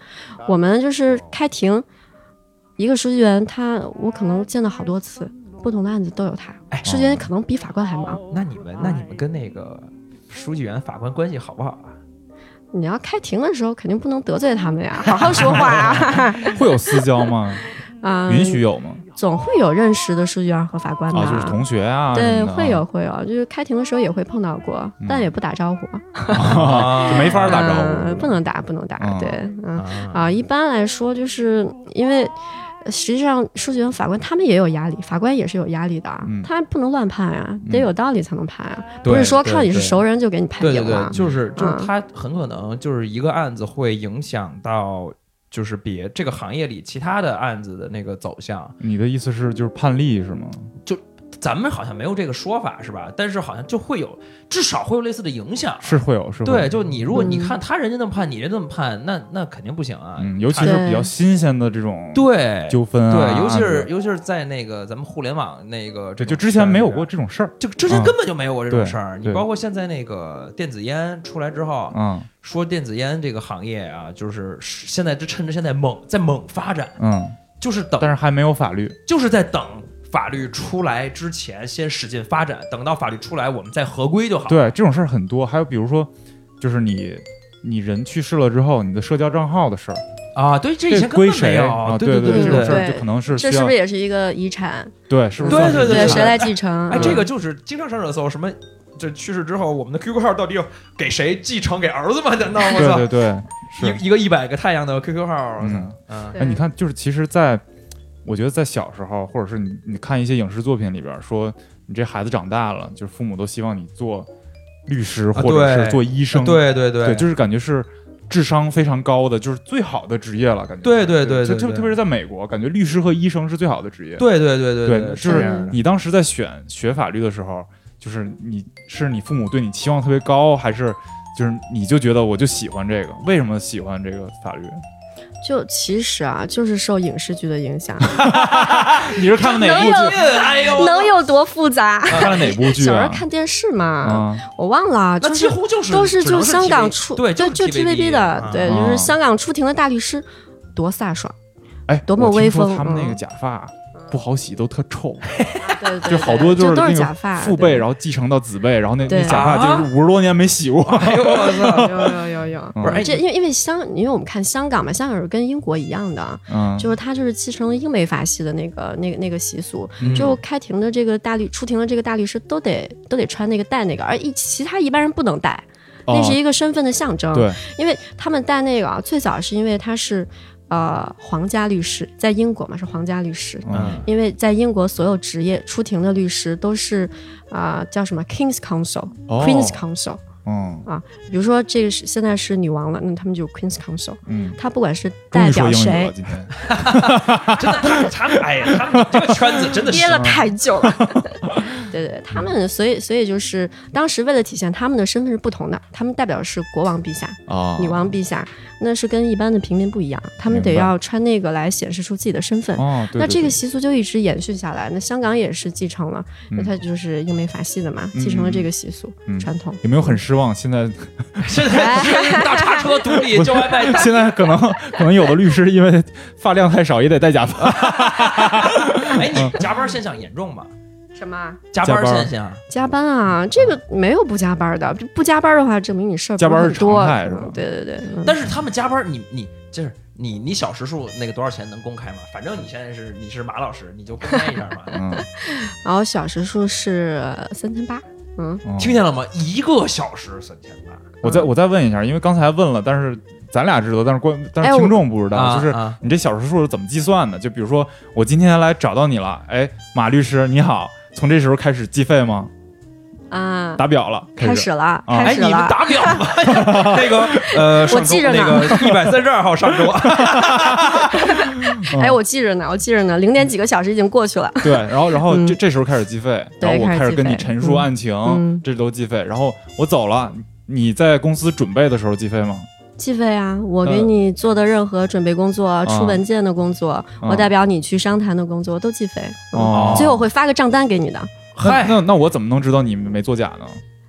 我们就是开庭，一个书记员他我可能见到好多次，不同的案子都有他。哎书记员可能比法官还忙。啊那你们那你们跟那个书记员、法官关系好不好啊？你要开庭的时候，肯定不能得罪他们 呀，好好说话啊。会有私交吗？嗯，允许有吗？总会有认识的书记员和法官的。啊，就是同学啊，对，什么的啊嗯会有会有，就是开庭的时候也会碰到过，但也不打招呼，就没法打招嗯呼，不能打，不能打，嗯对，嗯，啊啊，一般来说，就是因为呃实际上书记员、法官他们也有压力，法官也是有压力的啊，嗯他不能乱判啊，得嗯有道理才能判啊，不对是说对靠你是对熟人就给你判对对赢对，了。就是就是嗯他很可能就是一个案子会影响到就是别这个行业里其他的案子的那个走向。你的意思是就是判例是吗？咱们好像没有这个说法是吧？但是好像就会有，至少会有类似的影响。是会有，是会有对，就你如果嗯你看他人家那么判，你这那么判，那那肯定不行啊。嗯，尤其他是对比较新鲜的这种对纠纷啊，对，尤其案是子尤其是在那个咱们互联网那个这对，种就之前没有过圈这种事儿，子，就之前根本就没有过这种对事儿。你对包括现在那个电子烟出来之后，嗯说电子烟这个行业啊，就是现在这趁着现在猛在猛发展，嗯就是等，但是还没有法律。就是在等法律出来之前，先使劲发展，等到法律出来，我们再合规就好。对，这种事儿很多。还有比如说，就是你你人去世了之后，你的社交账号的事儿，啊，对，这以这前根归本没谁有，啊？对对，对这种事对。儿就可能是需这是要不是也是一个遗产？对，是不是对算是对遗对，产谁来继承？哎，嗯这个就是经常上热搜，什么这去世之后，我们的 QQ 号到底要给谁继承？给儿子吗？难道我对操对对，是。一一个一百个太阳的 QQ 号？我嗯操，嗯对哎，你看，就是其实在，我觉得在小时候，或者是你你看一些影视作品里边儿说，你这孩子长大了，就是父母都希望你做律师或者啊对啊是做医生，对对对就是感觉是智商非常高的，就是最好的职业了，感觉。对对对就对，特特别是在美国，感觉律师和医生是最好的职业。对对对对对，就是这样的你当时在选学法律的时候，就是你是你父母对你期望特别高，还是就是你就觉得我就喜欢这个？为什么喜欢这个法律？就其实啊，就是受影视剧的 影响，你是看了哪能部有剧？哎呦，能有多复杂？看了哪部剧小时啊候？看电视嘛，啊，我忘了，那就几是乎嗯就是都是是就香港 TV 出对对就就是 TVB TVB 的，对，就啊是香港出庭的大律师，多飒爽，哎，多么我听威说风他们那嗯个假发不好洗，都特臭，对对对，就好 多就是那假个发父辈，后然后继承到子辈，然后那那对啊假发就是五十多年没洗过。 哎呦我 操，有有有有。不是哎这因为因为香，因为我们看香港嘛，香港是跟英国一样的，嗯，就是它就是继承了英美法系的那个那个那个习俗，嗯就开庭的这个大律出庭的这个大律师都得都得穿那个戴那个，而一其他一般人不能戴，哦那是一个身份的象征。对，因为他们戴那个啊，最早是因为他是呃皇家律师，在英国嘛是皇家律师。嗯因为在英国，所有职业出庭的律师都是，啊、叫什么 King's Counsel、哦 Queen's Counsel 嗯啊。比如说，这个是现在是女王了，那他们就有 Queen's Counsel。嗯，他不管是终代于说表英语谁了，，今天真的他们他们哎呀，他们这个圈子真 的是 憋了太久了。对对，他们所以所以就是当时为了体现他们的身份是不同的，他们代表是国王陛下、啊，女王陛下，那是跟一般的平民不一样，他们得明白要穿那个来显示出自己的身份。哦，对，那对这个对习俗就一直延续下来，那香港也是继承了，那它就是英美法系的嘛，继承了这个习俗、嗯传统。有没有很失望？现在现哎在大叉车独立叫外 卖， 现在可能可能有的律师因为发量太少也得戴假发。哎，你加班现象严重吗？什么啊加加班班现象，加班啊？这个没有不加班的，不加班的话，证明你事儿不嗯加班很是多常态是吧嗯对对对，嗯但是他们加班，你你就是你你小时数那个多少钱能公开吗？反正你现在是你是马老师，你就公开一下 嘛。嗯，然后小时数是三千八，嗯。嗯听见了吗？一个小时三千八，我再我再问一下，因为刚才问了，但是咱俩知道，但是观但是哎我听众不知道，啊就是啊你这小时数是怎么计算的？就比如说我今天来找到你了，哎，马律师你好，从这时候开始计费吗？啊，打表了，开始始了，啊哎，开你始们了。打表 吗？那个呃，上周记着呢那 个一百三十二号上 周，嗯哎，我记着呢，我记着呢，零点几个小时已经过去 了。对，然后然后嗯这这时候开始计费，然对后我开始开始计跟你费陈述嗯案情，嗯这都计费，然后我走了，你在公司准备的时候计费吗？季飞啊，我嗯给你做的任何准备工作、出文件的工作，我代表你去商谈的工作都计费。嗯嗯哦最后我会发个账单给你的。那嗨，那那我怎么能知道你没作假呢？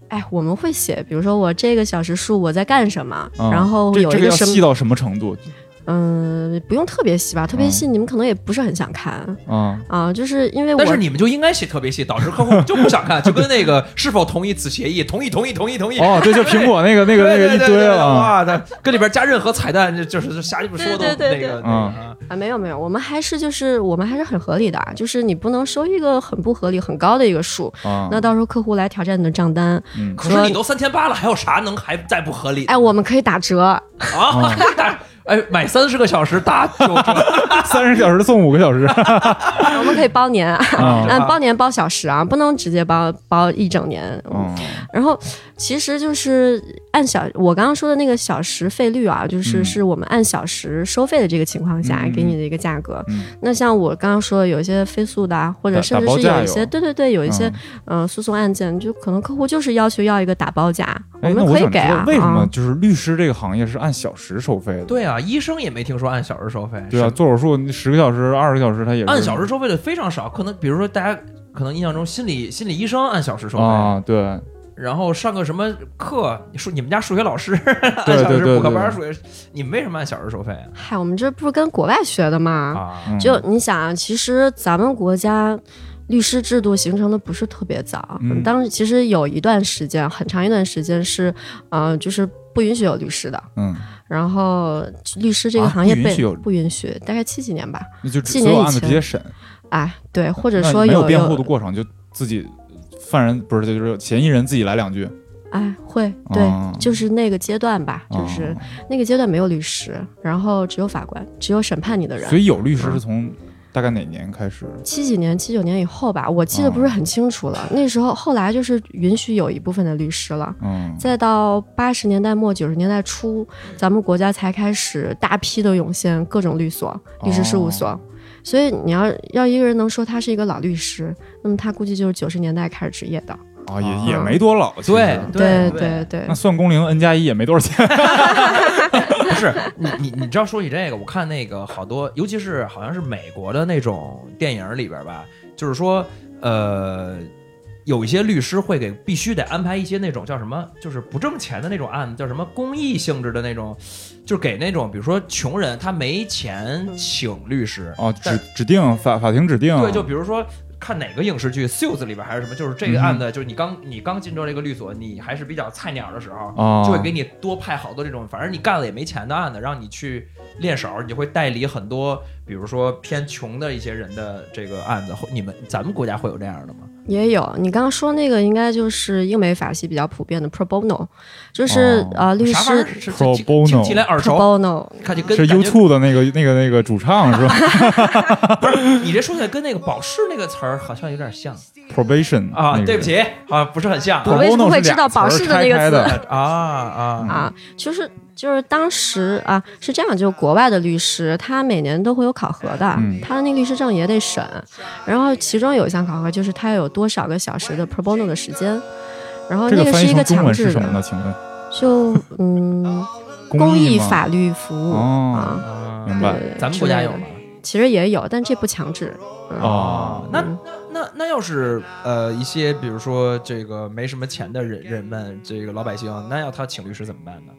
哎，我们会写，比如说我这个小时数我在干什么，嗯然后这有这一个要什细么，到什么程度？嗯、不用特别细吧，特别细你们可能也不是很想看啊，啊，就是因为我但是你们就应该写特别细，导致客户就不想看，就跟 那个是否同意此协议，同意同意同意同意。哦，对，就苹果那个那对个对那对个一对堆对了啊。哇，那跟里边加任何彩蛋，就就是就瞎鸡巴说都对对对那个对嗯那个啊。啊，没有没有，我们还是就是我们还是很合理的啊，就是你不能收一个很不合理、很高的一个数，啊嗯那到时候客户来挑战你的账单，嗯可是你都三千八了，还有啥能还再不合理哎，我们可以 打折，啊？嗯打哎，买三十个小时打九折， 三十小时送五个 小时我们可以包年， 啊，嗯，包年包小时啊，不能直接包包一整年。嗯然后其实就是按小我刚刚说的那个小时费率啊，就是嗯是我们按小时收费的这个情况下嗯给你的一个价格。嗯那像我刚刚说的，有一些飞速的啊，或者打甚打至包是价有一些有对对对，有一些嗯嗯、呃诉讼案件，就可能客户就是要求要一个打包价，我哎，们那我可以想知给啊道。为什么啊就是律师这个行业是按小时收费的？对啊，医生也没听说按小时收费，对啊，是做手术你十个小时、二十个小时，他也是按小时收费的非常少，可能比如说大家可能印象中心理心理医生按小时收费，啊，对，然后上个什么课，数你们家数学老师 按对小对时对补课对班数学，你们为什么按小时收费啊？嗨，我们这不是跟国外学的吗？啊，嗯就你想啊，其实咱们国家律师制度形成的不是特别早，嗯当时其实有一段时间，很长一段时间是，呃，就是不允许有律师的，嗯，然后律师这个啊行业不被、允许有不允许，大概七几年吧，那就几所有年以案子直前接审，哎，对，或者那说没有有辩护的过程，就自己犯人不是就是嫌疑人自己来两句，哎，会对、哦就是那个阶段吧，嗯就是那个阶段没有律师，然后只有法官，只有审判你的所人。以有律师是从大概哪年开始？七几年、七九年以后吧，我记得哦不是很清楚了。那时候后来就是允许有一部分的律师了，嗯，再到八十年代末九十年代初，咱们国家才开始大批的涌现各种律所、律师事哦务所。所以你要要一个人能说他是一个老律师，那么他估计就是九十年代开始执业的。啊也啊也没多老，其对实对对，对那，算工龄 n 加一也没多少钱，不是你你你知道说起这个，我看那个好多，尤其是好像是美国的那种电影里边吧，就是说呃。有一些律师会给必须得安排一些那种叫什么，就是不挣钱的那种案子，叫什么公益性质的那种，就是给那种比如说穷人他没钱请律师哦，指但指定法法庭指定，对，就比如说看哪个影视剧《Suits》里边还是什么，就是这个案嗯子，就是你刚你刚进到这个律所，你还是比较菜鸟的时候，啊，就会给你多派好多这种，反正你干了也没钱的案子，让你去练手，你就会代理很多，比如说偏穷的一些人的这个案子。或你们咱们国家会有这样的吗？也有。你刚刚说那个应该就是英美法系比较普遍的 pro bono，就是、哦呃律啥玩意师儿是 pro 是听听起来耳 pro 熟， bono，看就跟是感觉啊 YouTube 的那个那个那个主唱是吧你这说起来跟那个保释那个词儿好像有点像？Probation 啊那，个对不，起啊，不是很像我我为什么会知道保释的那个词啊嗯啊啊，就是就是当时啊是这样，就是国外的律师，他每年都会有考核的，嗯他的那个律师证也得审，然后其中有一项考核就是他有多少个小时的 pro bono 的时间，然后这那个翻是译一个成中强文制是什么的，呢？请问就 嗯公公益吗法律服务、哦啊，啊明对白对对，咱们国家之类有的吗？其实也有，但这不强制。嗯哦，那那那要是呃一些比如说这个没什么钱的人人们，这个老百姓，那要他请律师怎么办呢？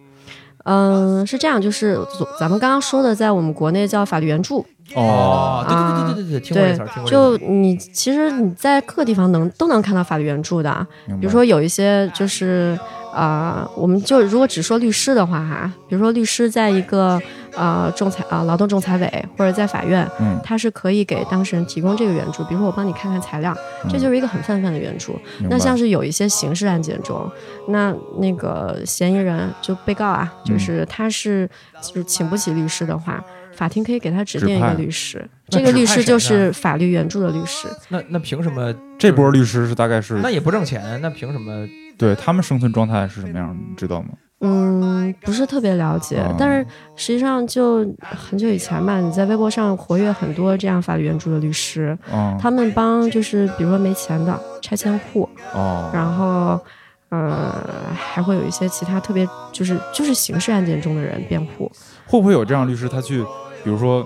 嗯，是这样，就是咱们刚刚说的，在我们国内叫法律援助，哦，对对对对对对，听过这词儿，听过这词就儿。你其实你在各个地方能都能看到法律援助的，明白比如说有一些就是啊、呃我们就如果只说律师的话哈，比如说律师在一个呃仲裁啊、劳动仲裁委或者在法院，嗯他是可以给当事人提供这个援助，比如说我帮你看看材料，嗯这就是一个很泛泛的援助。嗯明白那像是有一些刑事案件中，那那个嫌疑人就被告啊，嗯就是他是就是请不起律师的话，法庭可以给他指指定一个派律师，嗯那这个指律派师谁就呢是法律援助的律师。那那凭什么这波律师是大概是那也不挣钱，那凭什么对他们生存状态是什么样，你知道吗？嗯，不是特别了解，哦但是实际上就很久以前吧，你在微博上活跃很多这样法律援助的律师，嗯，他们帮就是比如说没钱的拆迁户，哦，然后，呃，还会有一些其他特别就是就是刑事案件中的人辩护。会不会有这样的律师，他去，比如说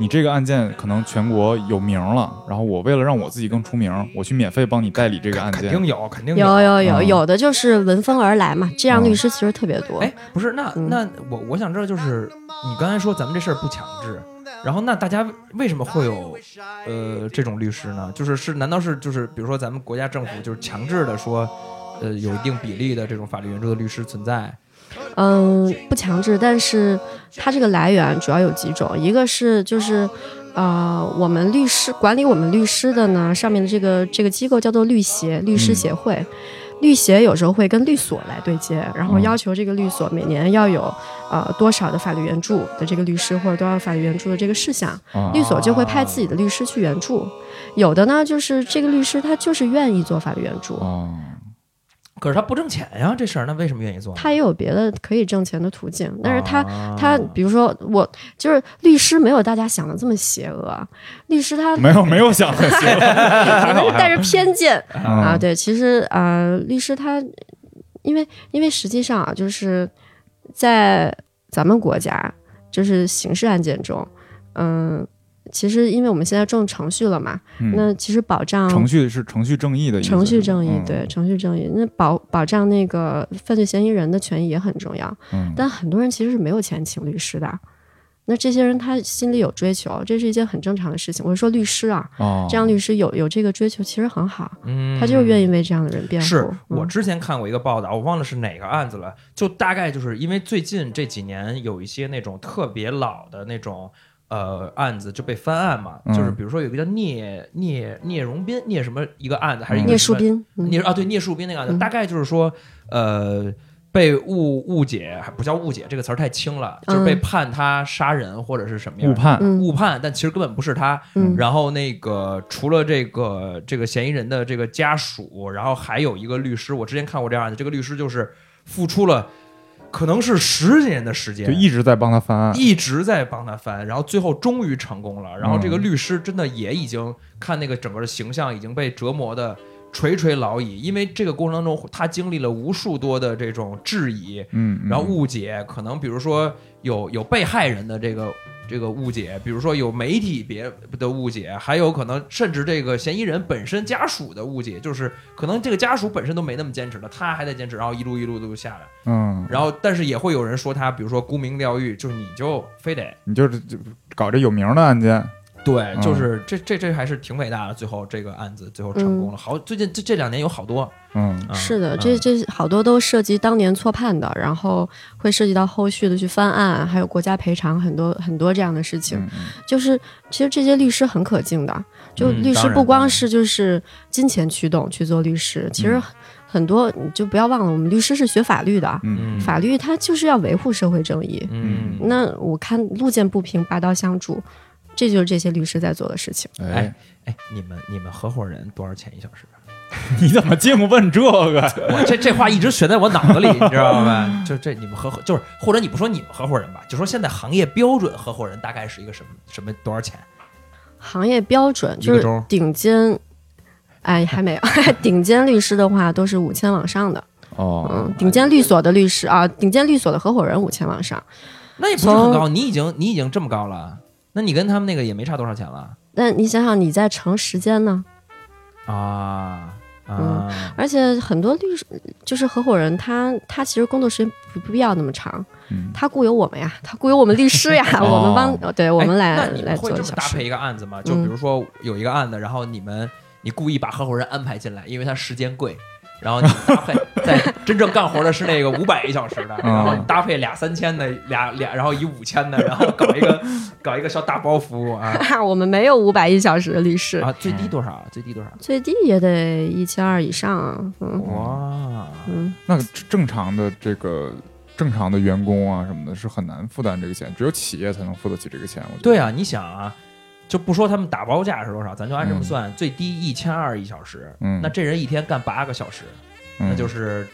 你这个案件可能全国有名了，然后我为了让我自己更出名，我去免费帮你代理这个案肯件，定有，肯定有有有、哦有的就是闻风而来嘛，这样嗯律师其实特别多。哎，不是，那嗯那我我想知道，就是你刚才说咱们这事儿不强制，然后那大家为什么会有呃这种律师呢？就是是难道是就是比如说咱们国家政府就是强制的说，呃有一定比例的这种法律援助的律师存在？嗯，不强制，但是它这个来源主要有几种，一个是就是，呃，我们律师管理我们律师的呢，上面的这个这个机构叫做律协，律师嗯协会。律协有时候会跟律所来对接，然后嗯要求这个律所每年要有呃多少的法律援助的这个律师或者多少法律援助的这个事项，啊律所就会派自己的律师去援助。有的呢，就是这个律师他就是愿意做法律援助，哦，可是他不挣钱呀，这事儿那为什么愿意做呢？他也有别的可以挣钱的途径，但是他哦啊他比如说我就是律师，没有大家想的这么邪恶。啊律师他没有没有想的 可能是带着偏 见啊。啊，对，其实呃，律师他因为因为实际上啊，就是在咱们国家就是刑事案件中，嗯、其实因为我们现在重程序了嘛，嗯那其实保障程序是程序正义的意思程序正义，嗯对程序正义，那保保障那个犯罪嫌疑人的权益也很重要。嗯但很多人其实是没有钱请律师的，那这些人他心里有追求，这是一件很正常的事情。我是说律师啊，哦，这样律师有有这个追求其实很好，嗯，他就是愿意为这样的人辩护。是嗯我之前看过一个报道，我忘了是哪个案子了，就大概就是因为最近这几年有一些那种特别老的那种呃案子就被翻案嘛，嗯就是比如说有一个叫聂聂聂荣斌聂什么一个案子，还是一个聂什树么斌，嗯聂啊对聂树斌那个案子，嗯大概就是说呃。被误误解，还不叫误解，这个词儿太轻了，就是被嗯判他杀人或者是什么样误的，判，嗯误判，但其实根本不是他。嗯然后那个除了这个这个嫌疑人的这个家属，然后还有一个律师，我之前看过这样的，这个律师就是付出了可能是十几年的时间，就一直在帮他翻案，一直在帮他翻，然后最后终于成功了。然后这个嗯律师真的也已经看那个整个的形象已经被折磨的垂垂老矣，因为这个过程当中他经历了无数多的这种质疑，嗯，嗯然后误解，可能比如说有有被害人的这个这个误解，比如说有媒体别的误解，还有可能甚至这个嫌疑人本身家属的误解，就是可能这个家属本身都没那么坚持了，他还在坚持，然后一路一路都下来，嗯，然后但是也会有人说他，比如说沽名钓誉，就是你就非得你就是就搞这有名的案件，对，嗯就是这这这还是挺伟大的，最后这个案子最后成功了，好，最近这这两年有好多，嗯，嗯嗯是的，这这好多都涉及当年错判的，然后会涉及到后续的去翻案，还有国家赔偿很多很多这样的事情。嗯嗯就是其实这些律师很可敬的，就嗯当律然师当不然光是就是金钱驱动去做律师，其实嗯很多你就不要忘了，我们律师是学法律的，嗯嗯，法律它就是要维护社会正义。嗯，那我看路见不平，拔刀相助，这就是这些律师在做的事情。嗯，哎，哎，你们你们合伙人多少钱一小时？啊你怎么净问这个？我这这话一直悬在我脑子里，你知道吧？就这你们合伙，就是或者你不说你们合伙人吧，就说现在行业标准合伙人大概是一个什么什么多少钱？行业标准一就个是钟顶尖，哎，还没有， 顶尖律师的话都是五千往上的，哦嗯，，顶尖律所的律师啊，顶尖律所的合伙人五千往上，那也不是很高，你已经你已经这么高了，那你跟他们那个也没差多少钱了但你想想你在乘时间呢？啊啊嗯！而且很多律师就是合伙人他，他其实工作时间不不必要那么长，嗯他雇有我们呀，他雇有我们律师 呀，哦我们帮对我们来哎那你来们会做这一么小搭时。嗯配一个案子吗？就比如说有一个案子，然后你们你故意把合伙人安排进来，因为他时间贵。然后你们搭 配在真正干活的是那个五百一小时的，嗯然后你搭配俩三千的，俩俩，然后一五千的，然后搞一个搞一个小打包服务啊 我们没有五百一小时的律师，啊！最嗯低多少？最低多少？最低也得一千二以上啊。嗯哇！嗯，那正常的这个正常的员工啊什么的，是很难负担这个钱，只有企业才能付得起这个钱。我觉得对，啊，你想啊，就不说他们打包价是多少，咱就按这么算，最低一千二一小时，嗯那这人一天干八个小时，嗯那就是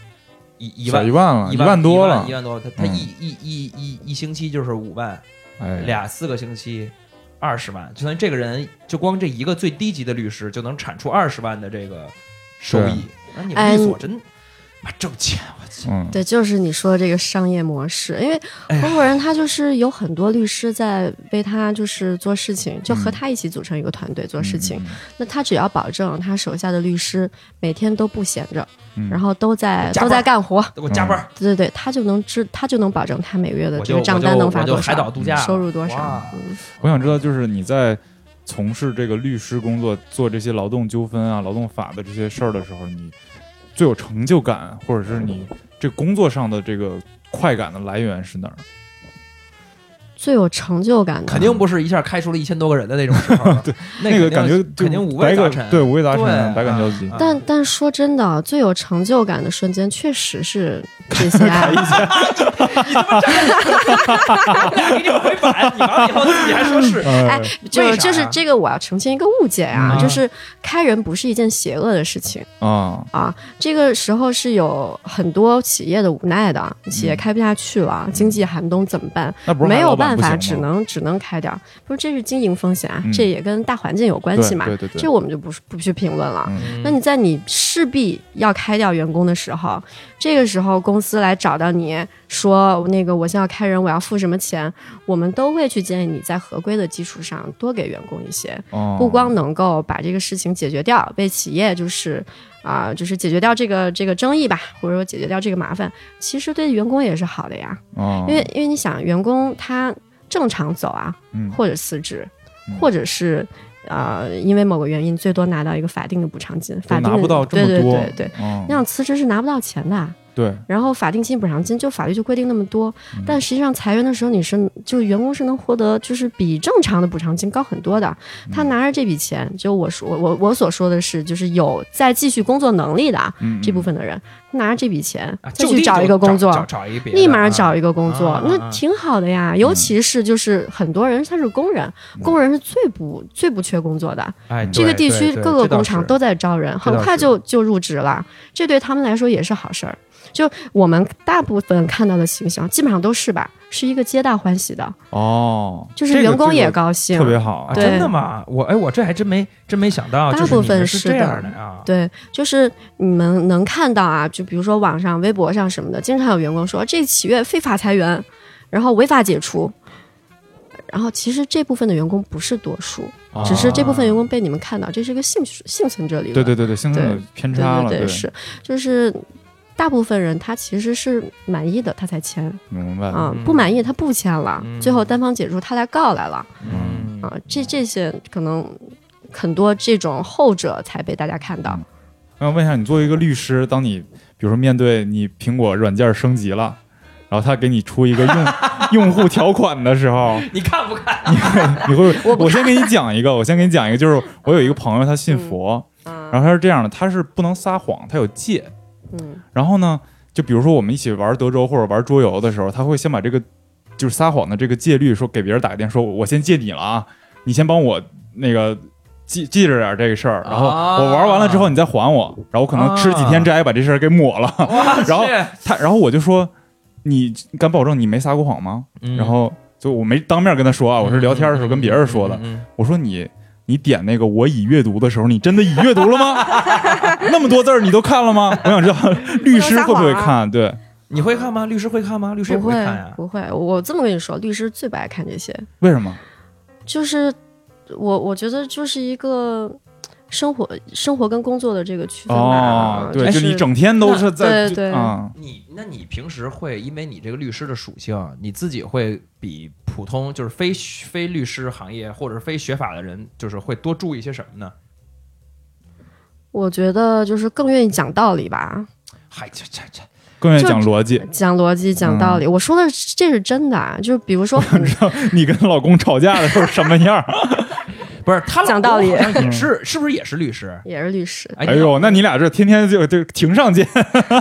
一一小万啊一万了，一万多了一，万多，他他嗯一一一一一星期就是五万，哎，俩四个星期二十万，就算这个人就光这一个最低级的律师就能产出二十万的这个收益，那你们哎律所真妈挣钱，我操！嗯，对，就是你说这个商业模式，因为哎合伙人他就是有很多律师在为他就是做事情，就和嗯他一起组成一个团队做嗯事情。，那他只要保证他手下的律师每天都不闲着，嗯然后都在加班都在干活，我加班，对对对，他就能知，他就能保证他每月的我这就个我就账单能发我就多海岛少，度假，收入多少哇。嗯我想知道，就是你在从事这个律师工作、做这些劳动纠纷啊、劳动法的这些事儿的时候，你最有成就感，或者是你这工作上的这个快感的来源是哪儿？最有成就感的，肯定不是一下开除了一千多个人的那种时 候，对，那个肯定感觉肯定就五百味杂个陈，对五味杂对啊陈、百感交集啊。但但说真的，啊最有成就感的瞬间确实是这些啊案子。给你回板，你完了以后自己还说是，哎， 就为啥呀是就是这个，我要澄清一个误解啊，嗯就是开人不是一件邪恶的事情啊，啊。这个时候是有嗯很多企业的无奈的，企业开不下去了，经济寒冬怎么办？那不是没有害老板不办行法，吗只能只能开掉。不是，这是经营风险啊，嗯这也跟大环境有关系嘛。对对对对这我们就不不去评论了。嗯那你在你势必要开掉员工的时候，这个时候公司来找到你说那个我现在要开人，我要付什么钱，我们都会去建议你在合规的基础上多给员工一些，哦不光能够把这个事情解决掉，为企业就是啊、就是解决掉这个这个争议吧，或者说解决掉这个麻烦，其实对员工也是好的呀，哦因为因为你想员工他正常走啊，嗯或者辞职嗯，或者是呃，因为某个原因，最多拿到一个法定的补偿金，都法定的拿不到这么对多，对对对，哦那样辞职是拿不到钱的。对嗯然后法定薪补偿金就法律就规定那么多，但实际上裁员的时候，你是就员工是能获得就是比正常的补偿金高很多的。嗯他拿着这笔钱，就我说我我所说的是，就是有再继续工作能力的啊嗯这部分分的人，拿着这笔钱啊再就地去找一个工作，找找一个别的立马啊找一个工作，啊啊啊那挺好的呀。尤其是就是很多人他是工人，工人是最不最不缺工作的。哎，这个嗯对地区对对各这个倒工厂是都在招人，很倒快是就就入职了，这对他们来说也是好事儿。就我们大部分看到的情形，基本上都是吧，是一个皆大欢喜的，哦，就是这个员这工个也高兴，特别好啊，啊，对真的吗？我哎，我这还真没真没想到，大就是部你分们是是这的样的啊。对，就是你们能看到啊，就比如说网上、微博上什么的，经常有员工说这企业非法裁员，然后违法解除。然后其实这部分的员工不是多数，只是这部分员工被你们看到，这是一个幸幸存者理论。啊对对对对，形成对有偏对差了，对对是，就是大部分人他其实是满意的，他才签明白了，啊、不满意他不签了，嗯最后单方解除他来告来了嗯， 啊、这这些可能很多这种后者才被大家看到。那我问一下，你作为一个律师，当你比如说面对你苹果软件升级了，然后他给你出一个用用户条款的时候，你看不看？你会我先给你讲一个，我先给你讲一个，就是我有一个朋友，他信佛，嗯然后他是这样的，他是不能撒谎，他有戒。嗯然后呢，就比如说我们一起玩德州或者玩桌游的时候，他会先把这个就是撒谎的这个戒律说给别人打个电话，说我先戒你了啊，你先帮我那个记记着点这个事儿，然后啊我玩完了之后你再还我，然后我可能吃几天斋把这事儿给抹了。 然后他，然后我就说你敢保证你没撒过谎吗？嗯然后就我没当面跟他说啊，我是聊天的时候跟别人说的，嗯嗯嗯嗯我说你。你点那个我已阅读的时候，你真的已阅读了吗？ 那么多字儿你都看了吗？我想知道律师啊会不会看？对，你会看吗？律师会看吗？律师也不会会看呀。不会，我这么跟你说，律师最不爱看这些，为什么？就是我我觉得就是一个生活生活跟工作的这个区分吧。哦，对，就就是你整天都是在对就对啊，你那你平时会因为你这个律师的属性，你自己会比普通就是非非律师行业或者是非学法的人，就是会多注意些什么呢？我觉得就是更愿意讲道理吧，嗨，这这这，更愿意讲逻辑。讲逻辑，讲道嗯理。我说的是这是真的，啊，就是比如说很你跟老公吵架的时候什么 样？不是他老讲道公理好像也是是不是也是律师？嗯也是律师，哎嗯哎你呦，那你俩这天天就就庭上 见。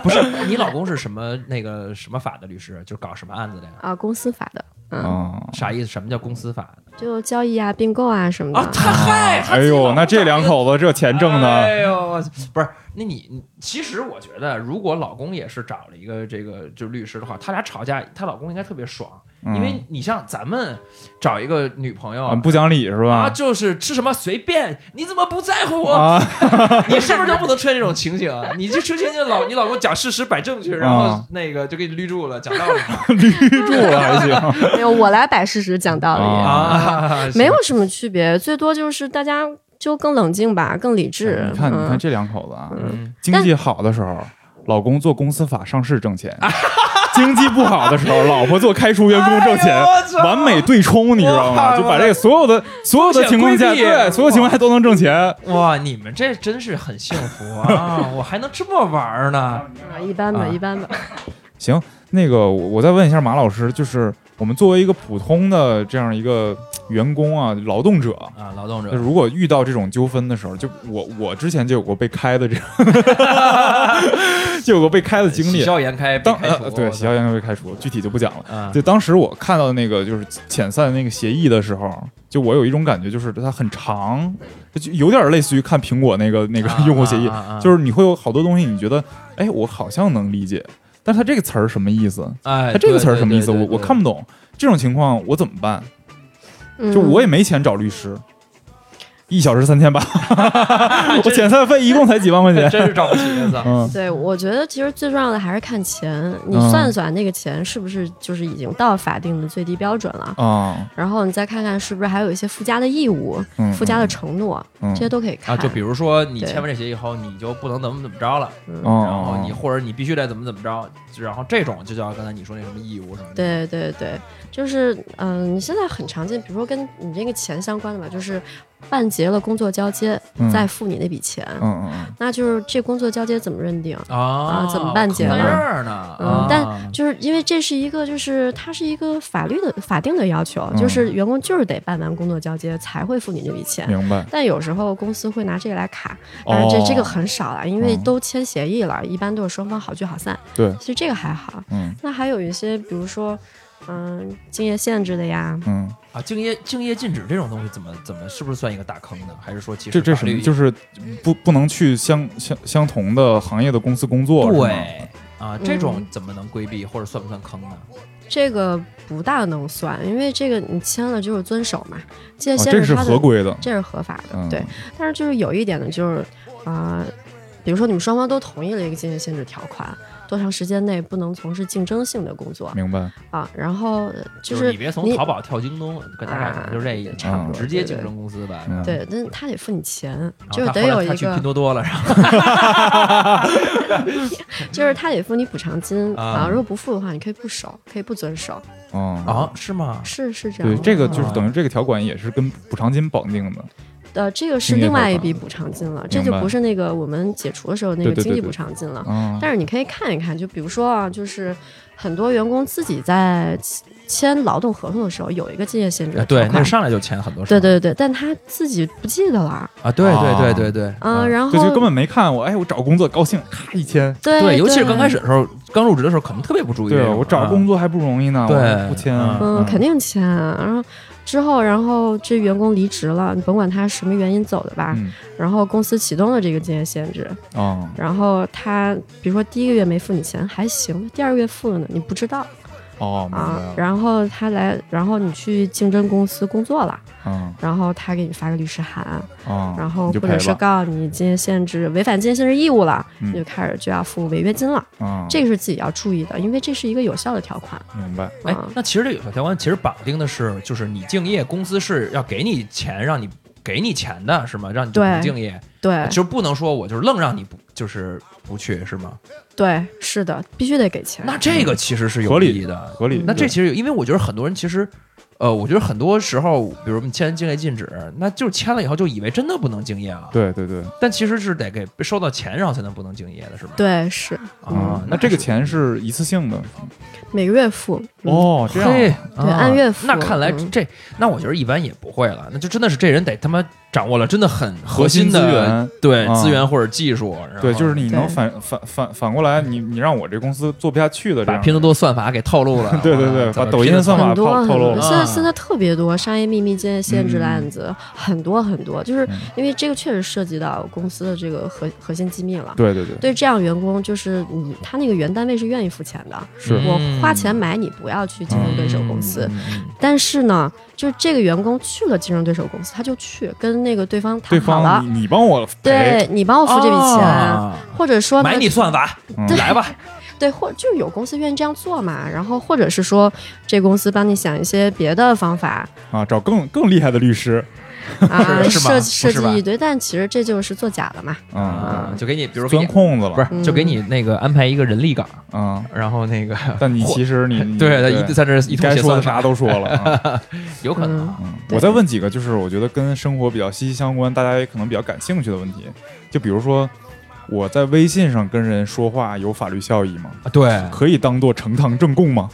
不是你老公是什么那个什么法的律师？就是搞什么案子的呀？啊，公司法的，嗯，啊，啥意思？什么叫公司法就交易啊、并购啊什么的。啊？他嗨，他哎呦，那这两口子这钱挣的，哎呦，不是，那你你其实我觉得，如果老公也是找了一个这个就是律师的话，他俩吵架，她老公应该特别爽，嗯因为你像咱们找一个女朋友。啊不讲理是啊，吧？就是吃什么随便，你怎么不在乎我？啊， 你是不是就不能出现这种情景？啊你就出现就老你老公讲事实摆证据，然后啊那个就给你绿住了，讲道理嘛住了还行。啊没有，我来摆事实，讲道理。啊啊，没有什么区别，最多就是大家就更冷静吧，更理智。哎你看，你看嗯，这两口子啊，嗯经济好的时候，老公做公司法上市挣钱；经济不好的时候，老婆做开除员工挣哎钱呦 我。操完美对冲，你知道哇吗？就把这个所有的所有的情况下，风险规避对所有情况下都能挣钱。 哇，你们这真是很幸福啊！我还能这么玩儿呢。 啊一般吧，啊一般吧。行，那个我我再问一下马老师，就是我们作为一个普通的这样一个呃员工啊，劳动者，啊，劳动者那，如果遇到这种纠纷的时候，就我我之前就有过被开的这样， 就有过被开的经历喜。笑颜开，被当开除呃对，喜笑颜开被开除，具体就不讲了。啊，就当时我看到那个就是遣散那个协议的时候，就我有一种感觉，就是它很长，就有点类似于看苹果那个那个啊用户协议， 啊啊啊就是你会有好多东西，你觉得，哎，我好像能理解，但他这个词儿什么意思？哎，他这个词儿对什么意思？对对我对我看 不懂。这种情况我怎么办？嗯就我也没钱找律师，一小时三 千八，我真遣散费一共才几万块钱。真是啊找不起的， 操嗯，对，我觉得其实最重要的还是看钱，你嗯算算那个钱是不是就是已经到法定的最低标准了，啊，然后你再看看是不是还有一些附加的义务、嗯附加的承诺，嗯这些都可以看。啊！就比如说你对签完这协议以后，你就不能怎么怎么着了，嗯哦然后你或者你必须得怎么怎么着，然后这种就叫刚才你说那什么义务什么的。，对对对，就是嗯，你现在很常见，比如说跟你这个钱相关的吧，就是办结了工作交接，嗯再付你那笔钱，嗯嗯嗯，那就是这工作交接怎么认定？啊啊怎么办我姐看们这儿呢？嗯啊但就是因为这是一个，就是它是一个法律的法定的要求，就是员工就是得办完工作交接才会付你这笔钱。明白。但有时候公司会拿这个来卡，当然这、哦这个很少了，因为嗯都签协议了，一般都是双方好聚好散。对其实这个还好。嗯那还有一些，比如说，嗯、竞业限制的呀，嗯，啊，竞业竞业禁止这种东西怎么怎么是不是算一个大坑呢？还是说其实这这法什么律就是不不能去相相相同的行业的公司工作，是吗对啊？这嗯种怎么能规避或者算不算坑呢？这个不大能算，因为这个你签了就是遵守嘛，竞业啊，限这制是它的、合规的。这是合法的，嗯对。但是就是有一点呢，就是啊、呃比如说你们双方都同意了一个竞业限制条款，多长时间内不能从事竞争性的工作明白。啊，然后呃就就是是啊你别从淘宝跳京东，跟大概可能就是这意思，差不多直接对对竞争公司吧。嗯对，但他得付你钱，然后就是啊他得后来有一他去拼个，多多了，然后就是他得付你补偿金啊啊。如果不付的话，你可以不守，可以不遵守，嗯啊，是吗？是是这样对，的。这个就是等于这个条款也是跟补偿金绑定的。呃，这个是竞业另外条一款笔补偿金了，这明就白不是那个我们解除的时候那对对个对经济对补偿金了。嗯，但是你可以看一看，就比如说啊，就是很多员工自己在签劳动合同的时候有一个竞业限制啊的对条，那嗯款，上来就签很多事对儿。对对，但他自己不记得了，啊，对对啊对对对，嗯，然后这就根本没看我，哎，我找工作高兴，咔一签。对对，尤其是刚开始，的时候，刚入职的时候，可能特别不注意这对种。啊我找工作还不容易呢，对我还不签啊。嗯，肯定签，然后。之后，然后这员工离职了，你甭管他什么原因走的吧，嗯然后公司启动了这个竞业限制，啊，然后他比如说第一个月没付你钱还行，第二个月付了呢，你不知道哦，明啊，白了。然后他来，然后你去竞争公司工作了，嗯然后他给你发个律师函，啊，然后你就或赔者是了告你竞业限制违反竞业限制义务了，嗯你就开始就要付违约金了。啊，这个是自己要注意的，因为这是一个有效的条款。明白。哎嗯，那其实这有效条款其实绑定的是，就是你敬业，公司是要给你钱，让你给你钱的，是吗？让你就对不敬业，对就是不能说我就是愣让你不就是不去，是吗？对，是的，必须得给钱。那这个其实是有合理意义的。合理。那这对其实有，因为我觉得很多人其实，呃，我觉得很多时候，比如我们签敬业禁止，那就是签了以后就以为真的不能敬业了，对对对但其实是得给收到钱然后才能不能敬业的，是吗？对是啊嗯，那这个钱是一次性的每个月付。嗯，哦，这样嘿啊对按月付那看来嗯这，那我觉得一般也不会了，那就真的是这人得他妈掌握了真的很核心的核心资源，对啊资源或者技术，然后对，就是你能对反反反反过来，你你让我这公司做不下去的这把样拼多多算法给透露了 ，对对对啊怎么把抖音的算法很多透很透露多，了现在啊现在特别多商业秘密、竞业限制的案子，很多很多，就是嗯因为这个确实涉及到公司的这个核核心机密了。对对对，对这样员工，就是你他那个原单位是愿意付钱的，是嗯嗯我花钱买你，不要去竞争对手公司。但是呢，就是这个员工去了竞争对手公司，他就去跟那个对方对谈方好哦了，你你帮我对赔，你帮我付这笔钱，啊或者说呢买你算法，嗯对来吧，对，或就是有公司愿意这样做嘛，然后或者是说这公司帮你想一些别的方 法啊，找更更厉害的律师，啊，是吧设不设是吧计一堆，但其实这就是作假了嘛。嗯，啊，就给你，比如给钻你，空子了，不是嗯就给你那个安排一个人力岗， 嗯，然后那个，但你其实 你你对，他嗯对一在这一通该写说的算法啥，都说 了。啊有可能啊。嗯，对我再问几个，就是我觉得跟生活比较息息相关，大家也可能比较感兴趣的问题，就比如说我在微信上跟人说话有法律效益吗？啊对，可以当做呈堂证供吗？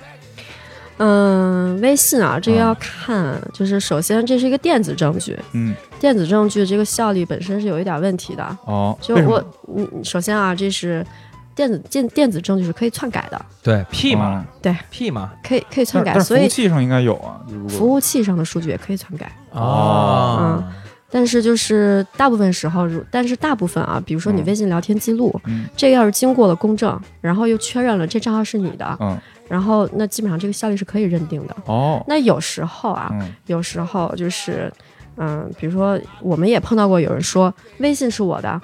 嗯，微信啊，这个嗯要看，就是首先这是一个电子证据，嗯，电子证据这个效力本身是有一点问题的。哦，就为什么我，嗯，首先啊，这是电子电电子证据是可以篡改的，对 P 嘛嗯，P 嘛，可以可以篡但改，但是所服务以器上应该有啊，如果啊服务器上的数据也可以篡改。哦嗯但是就是大部分时候，如但是大部分啊，比如说你嗯微信聊天记录，嗯这个要是经过了公证，然后又确认了这账号是你的，嗯然后那基本上这个效力是可以认定的。哦那有时候啊，嗯有时候就是，嗯、比如说我们也碰到过有人说微信是我的，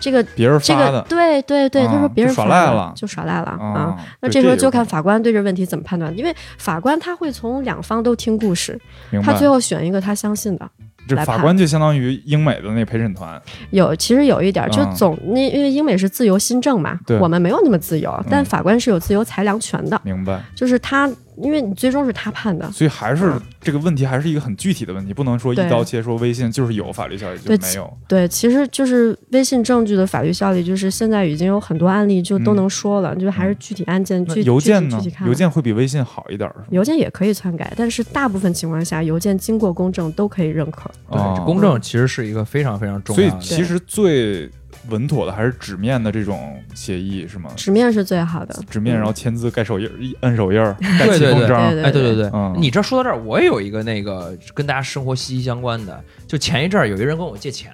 这个别人这发个的对对对，他啊说别就人耍发赖的了就耍赖了啊。啊，那对这时候就有可看能法官对这问题怎么判断，因为法官他会从两方都听故事，明他白最后选一个他相信的。这来法判官就相当于英美的那陪审团，有，其实有一点儿，就嗯总那、因为英美是自由新政嘛对，嗯我们没有那么自由，但法官是有自由裁量权的，明白？就是他，因为你最终是他判的，所以还是嗯这个问题还是一个很具体的问题，不能说一对刀切，说微信就是有法律效力就对没有。对，其实就是微信证据的法律效力，就是现在已经有很多案例就都嗯能说了，就还是具体案件那具邮件具呢体具体？看啊邮了。件会比微信好一点儿是吗？邮件也可以篡改，但是大部分情况下，邮件经过公证都可以认可。哦对，这公啊证其实是一个非常非常重所以要的。其实最稳妥的还是纸面的这种协议是吗？纸面是最好的，纸面，然后签字、盖手印儿、一摁手印儿、盖对起对公对章儿。对哎，对对对，嗯你这说到这儿，我也有一个那个跟大家生活息息相关的，就前一阵儿有一人跟我借钱，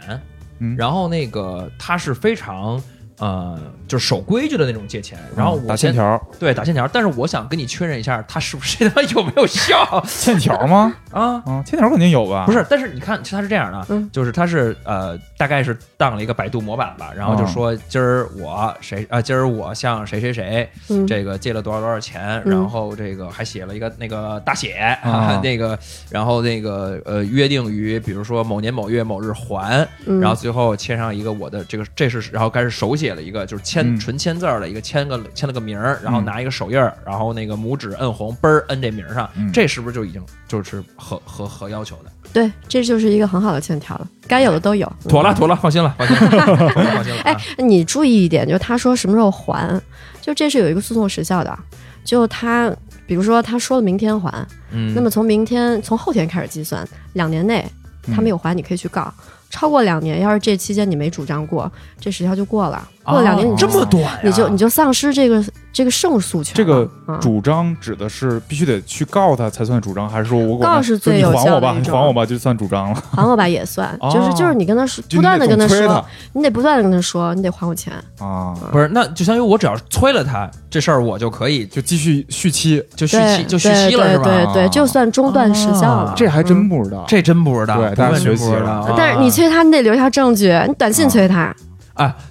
嗯然后那个他是非常呃，就是守规矩的那种借钱，然后嗯我打欠先、条儿，对打欠条，但是我想跟你确认一下，他是不是 他妈有没有效欠条儿吗？啊？啊，欠条儿肯定有吧？不是，但是你看，其实他是这样的，啊嗯就是他是呃，大概是当了一个百度模板吧，然后就哦说今儿我谁啊、今儿我向谁谁谁嗯，这个借了多少多少钱，嗯然后这个还写了一个那个大写，啊 那个然后那个呃约定于比如说某年某月某日还，嗯然后最后签上一个我的这个这是然后开始手写了一个就是签、嗯纯签字儿的一个签个签了个名儿，然后嗯拿一个手印儿，然后那个拇指摁红，嘣儿摁这名儿上，嗯这是不是就已经就是合合合要求的？对，这就是一个很好的欠条了，该有的都有。妥了，妥了，放心了，放心 了，放心了。哎，你注意一点，就他说什么时候还，就这是有一个诉讼时效的，就他。比如说，他说了明天还，嗯，那么从明天从后天开始计算，两年内嗯他没有还，你可以去告。超过两年，要是这期间你没主张过，这时效就过了。过了两年，你哦这就么短啊呀，你就你就丧失这个这个胜诉权了。这个啊主张指的是必须得去告他才算主张，还是说我管告是就最你有还效我的吧，一你种还我吧，就算主张了。还我吧也算，哦就是就是你跟他说，就不断的你得跟总他催说，你得不断的跟他说，你得还我钱。他啊，不是，那就相当于我只要催了他，这事儿我就可以就就继续续期。就续对期就续期了，对是吧？啊对对，就算中断时效了啊。哦这还真嗯不知道，这真不知道，对不大家问学习不知了道啊但是你催他，你得留下证据，你短信催他，啊，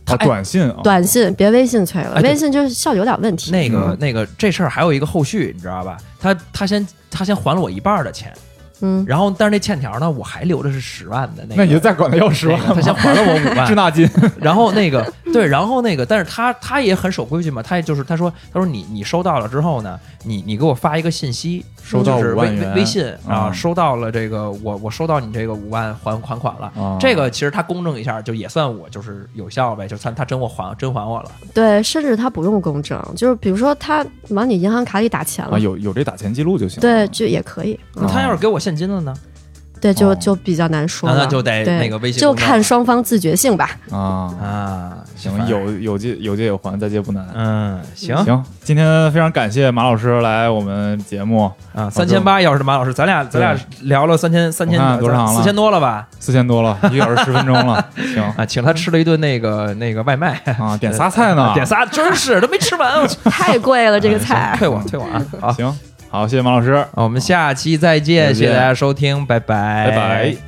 他啊哎短信啊，短信别微信催了哎，对微信就是效率有点问题。那个嗯那个这事儿还有一个后续，你知道吧？他他先他先还了我一半儿的钱，嗯，然后但是那欠条呢，我还留着是十万的那个，那你就再管他要十万那个他先还了我 五万，滞纳金。然后那个对，然后那个，但是他他也很守规矩嘛，他也就是他说他说你你收到了之后呢，你你给我发一个信息，收到就是5万微微元微信啊，嗯收到了这个我我收到你这个五万还还款了。啊这个其实他公证一下，就也算我就是有效呗，就算他真我还真还我了。对，甚至他不用公证，就是比如说他往你银行卡里打钱了，哎啊，有有这打钱记录就行。对，，就也可以。那嗯、他要是给我现金了呢？对，就哦就比较难说那了，那就得对那个微信就公众看双方自觉 性吧。啊，啊，行，有有借有借有还，再借不难。嗯行行，今天非常感谢马老师来我们节目，啊，三千八要是马老师，咱俩咱俩聊了三千三千我看多长了四千多了吧？四千多了，一个小时十分钟 了，行啊，请他吃了一顿那个那个外卖。啊，点仨菜呢，点仨，真是都没吃完，我去，太贵了，这个菜。 退我退我啊！好，啊行，好，谢谢马老师，我们下期再见，再见谢谢大家收听，拜拜，拜拜。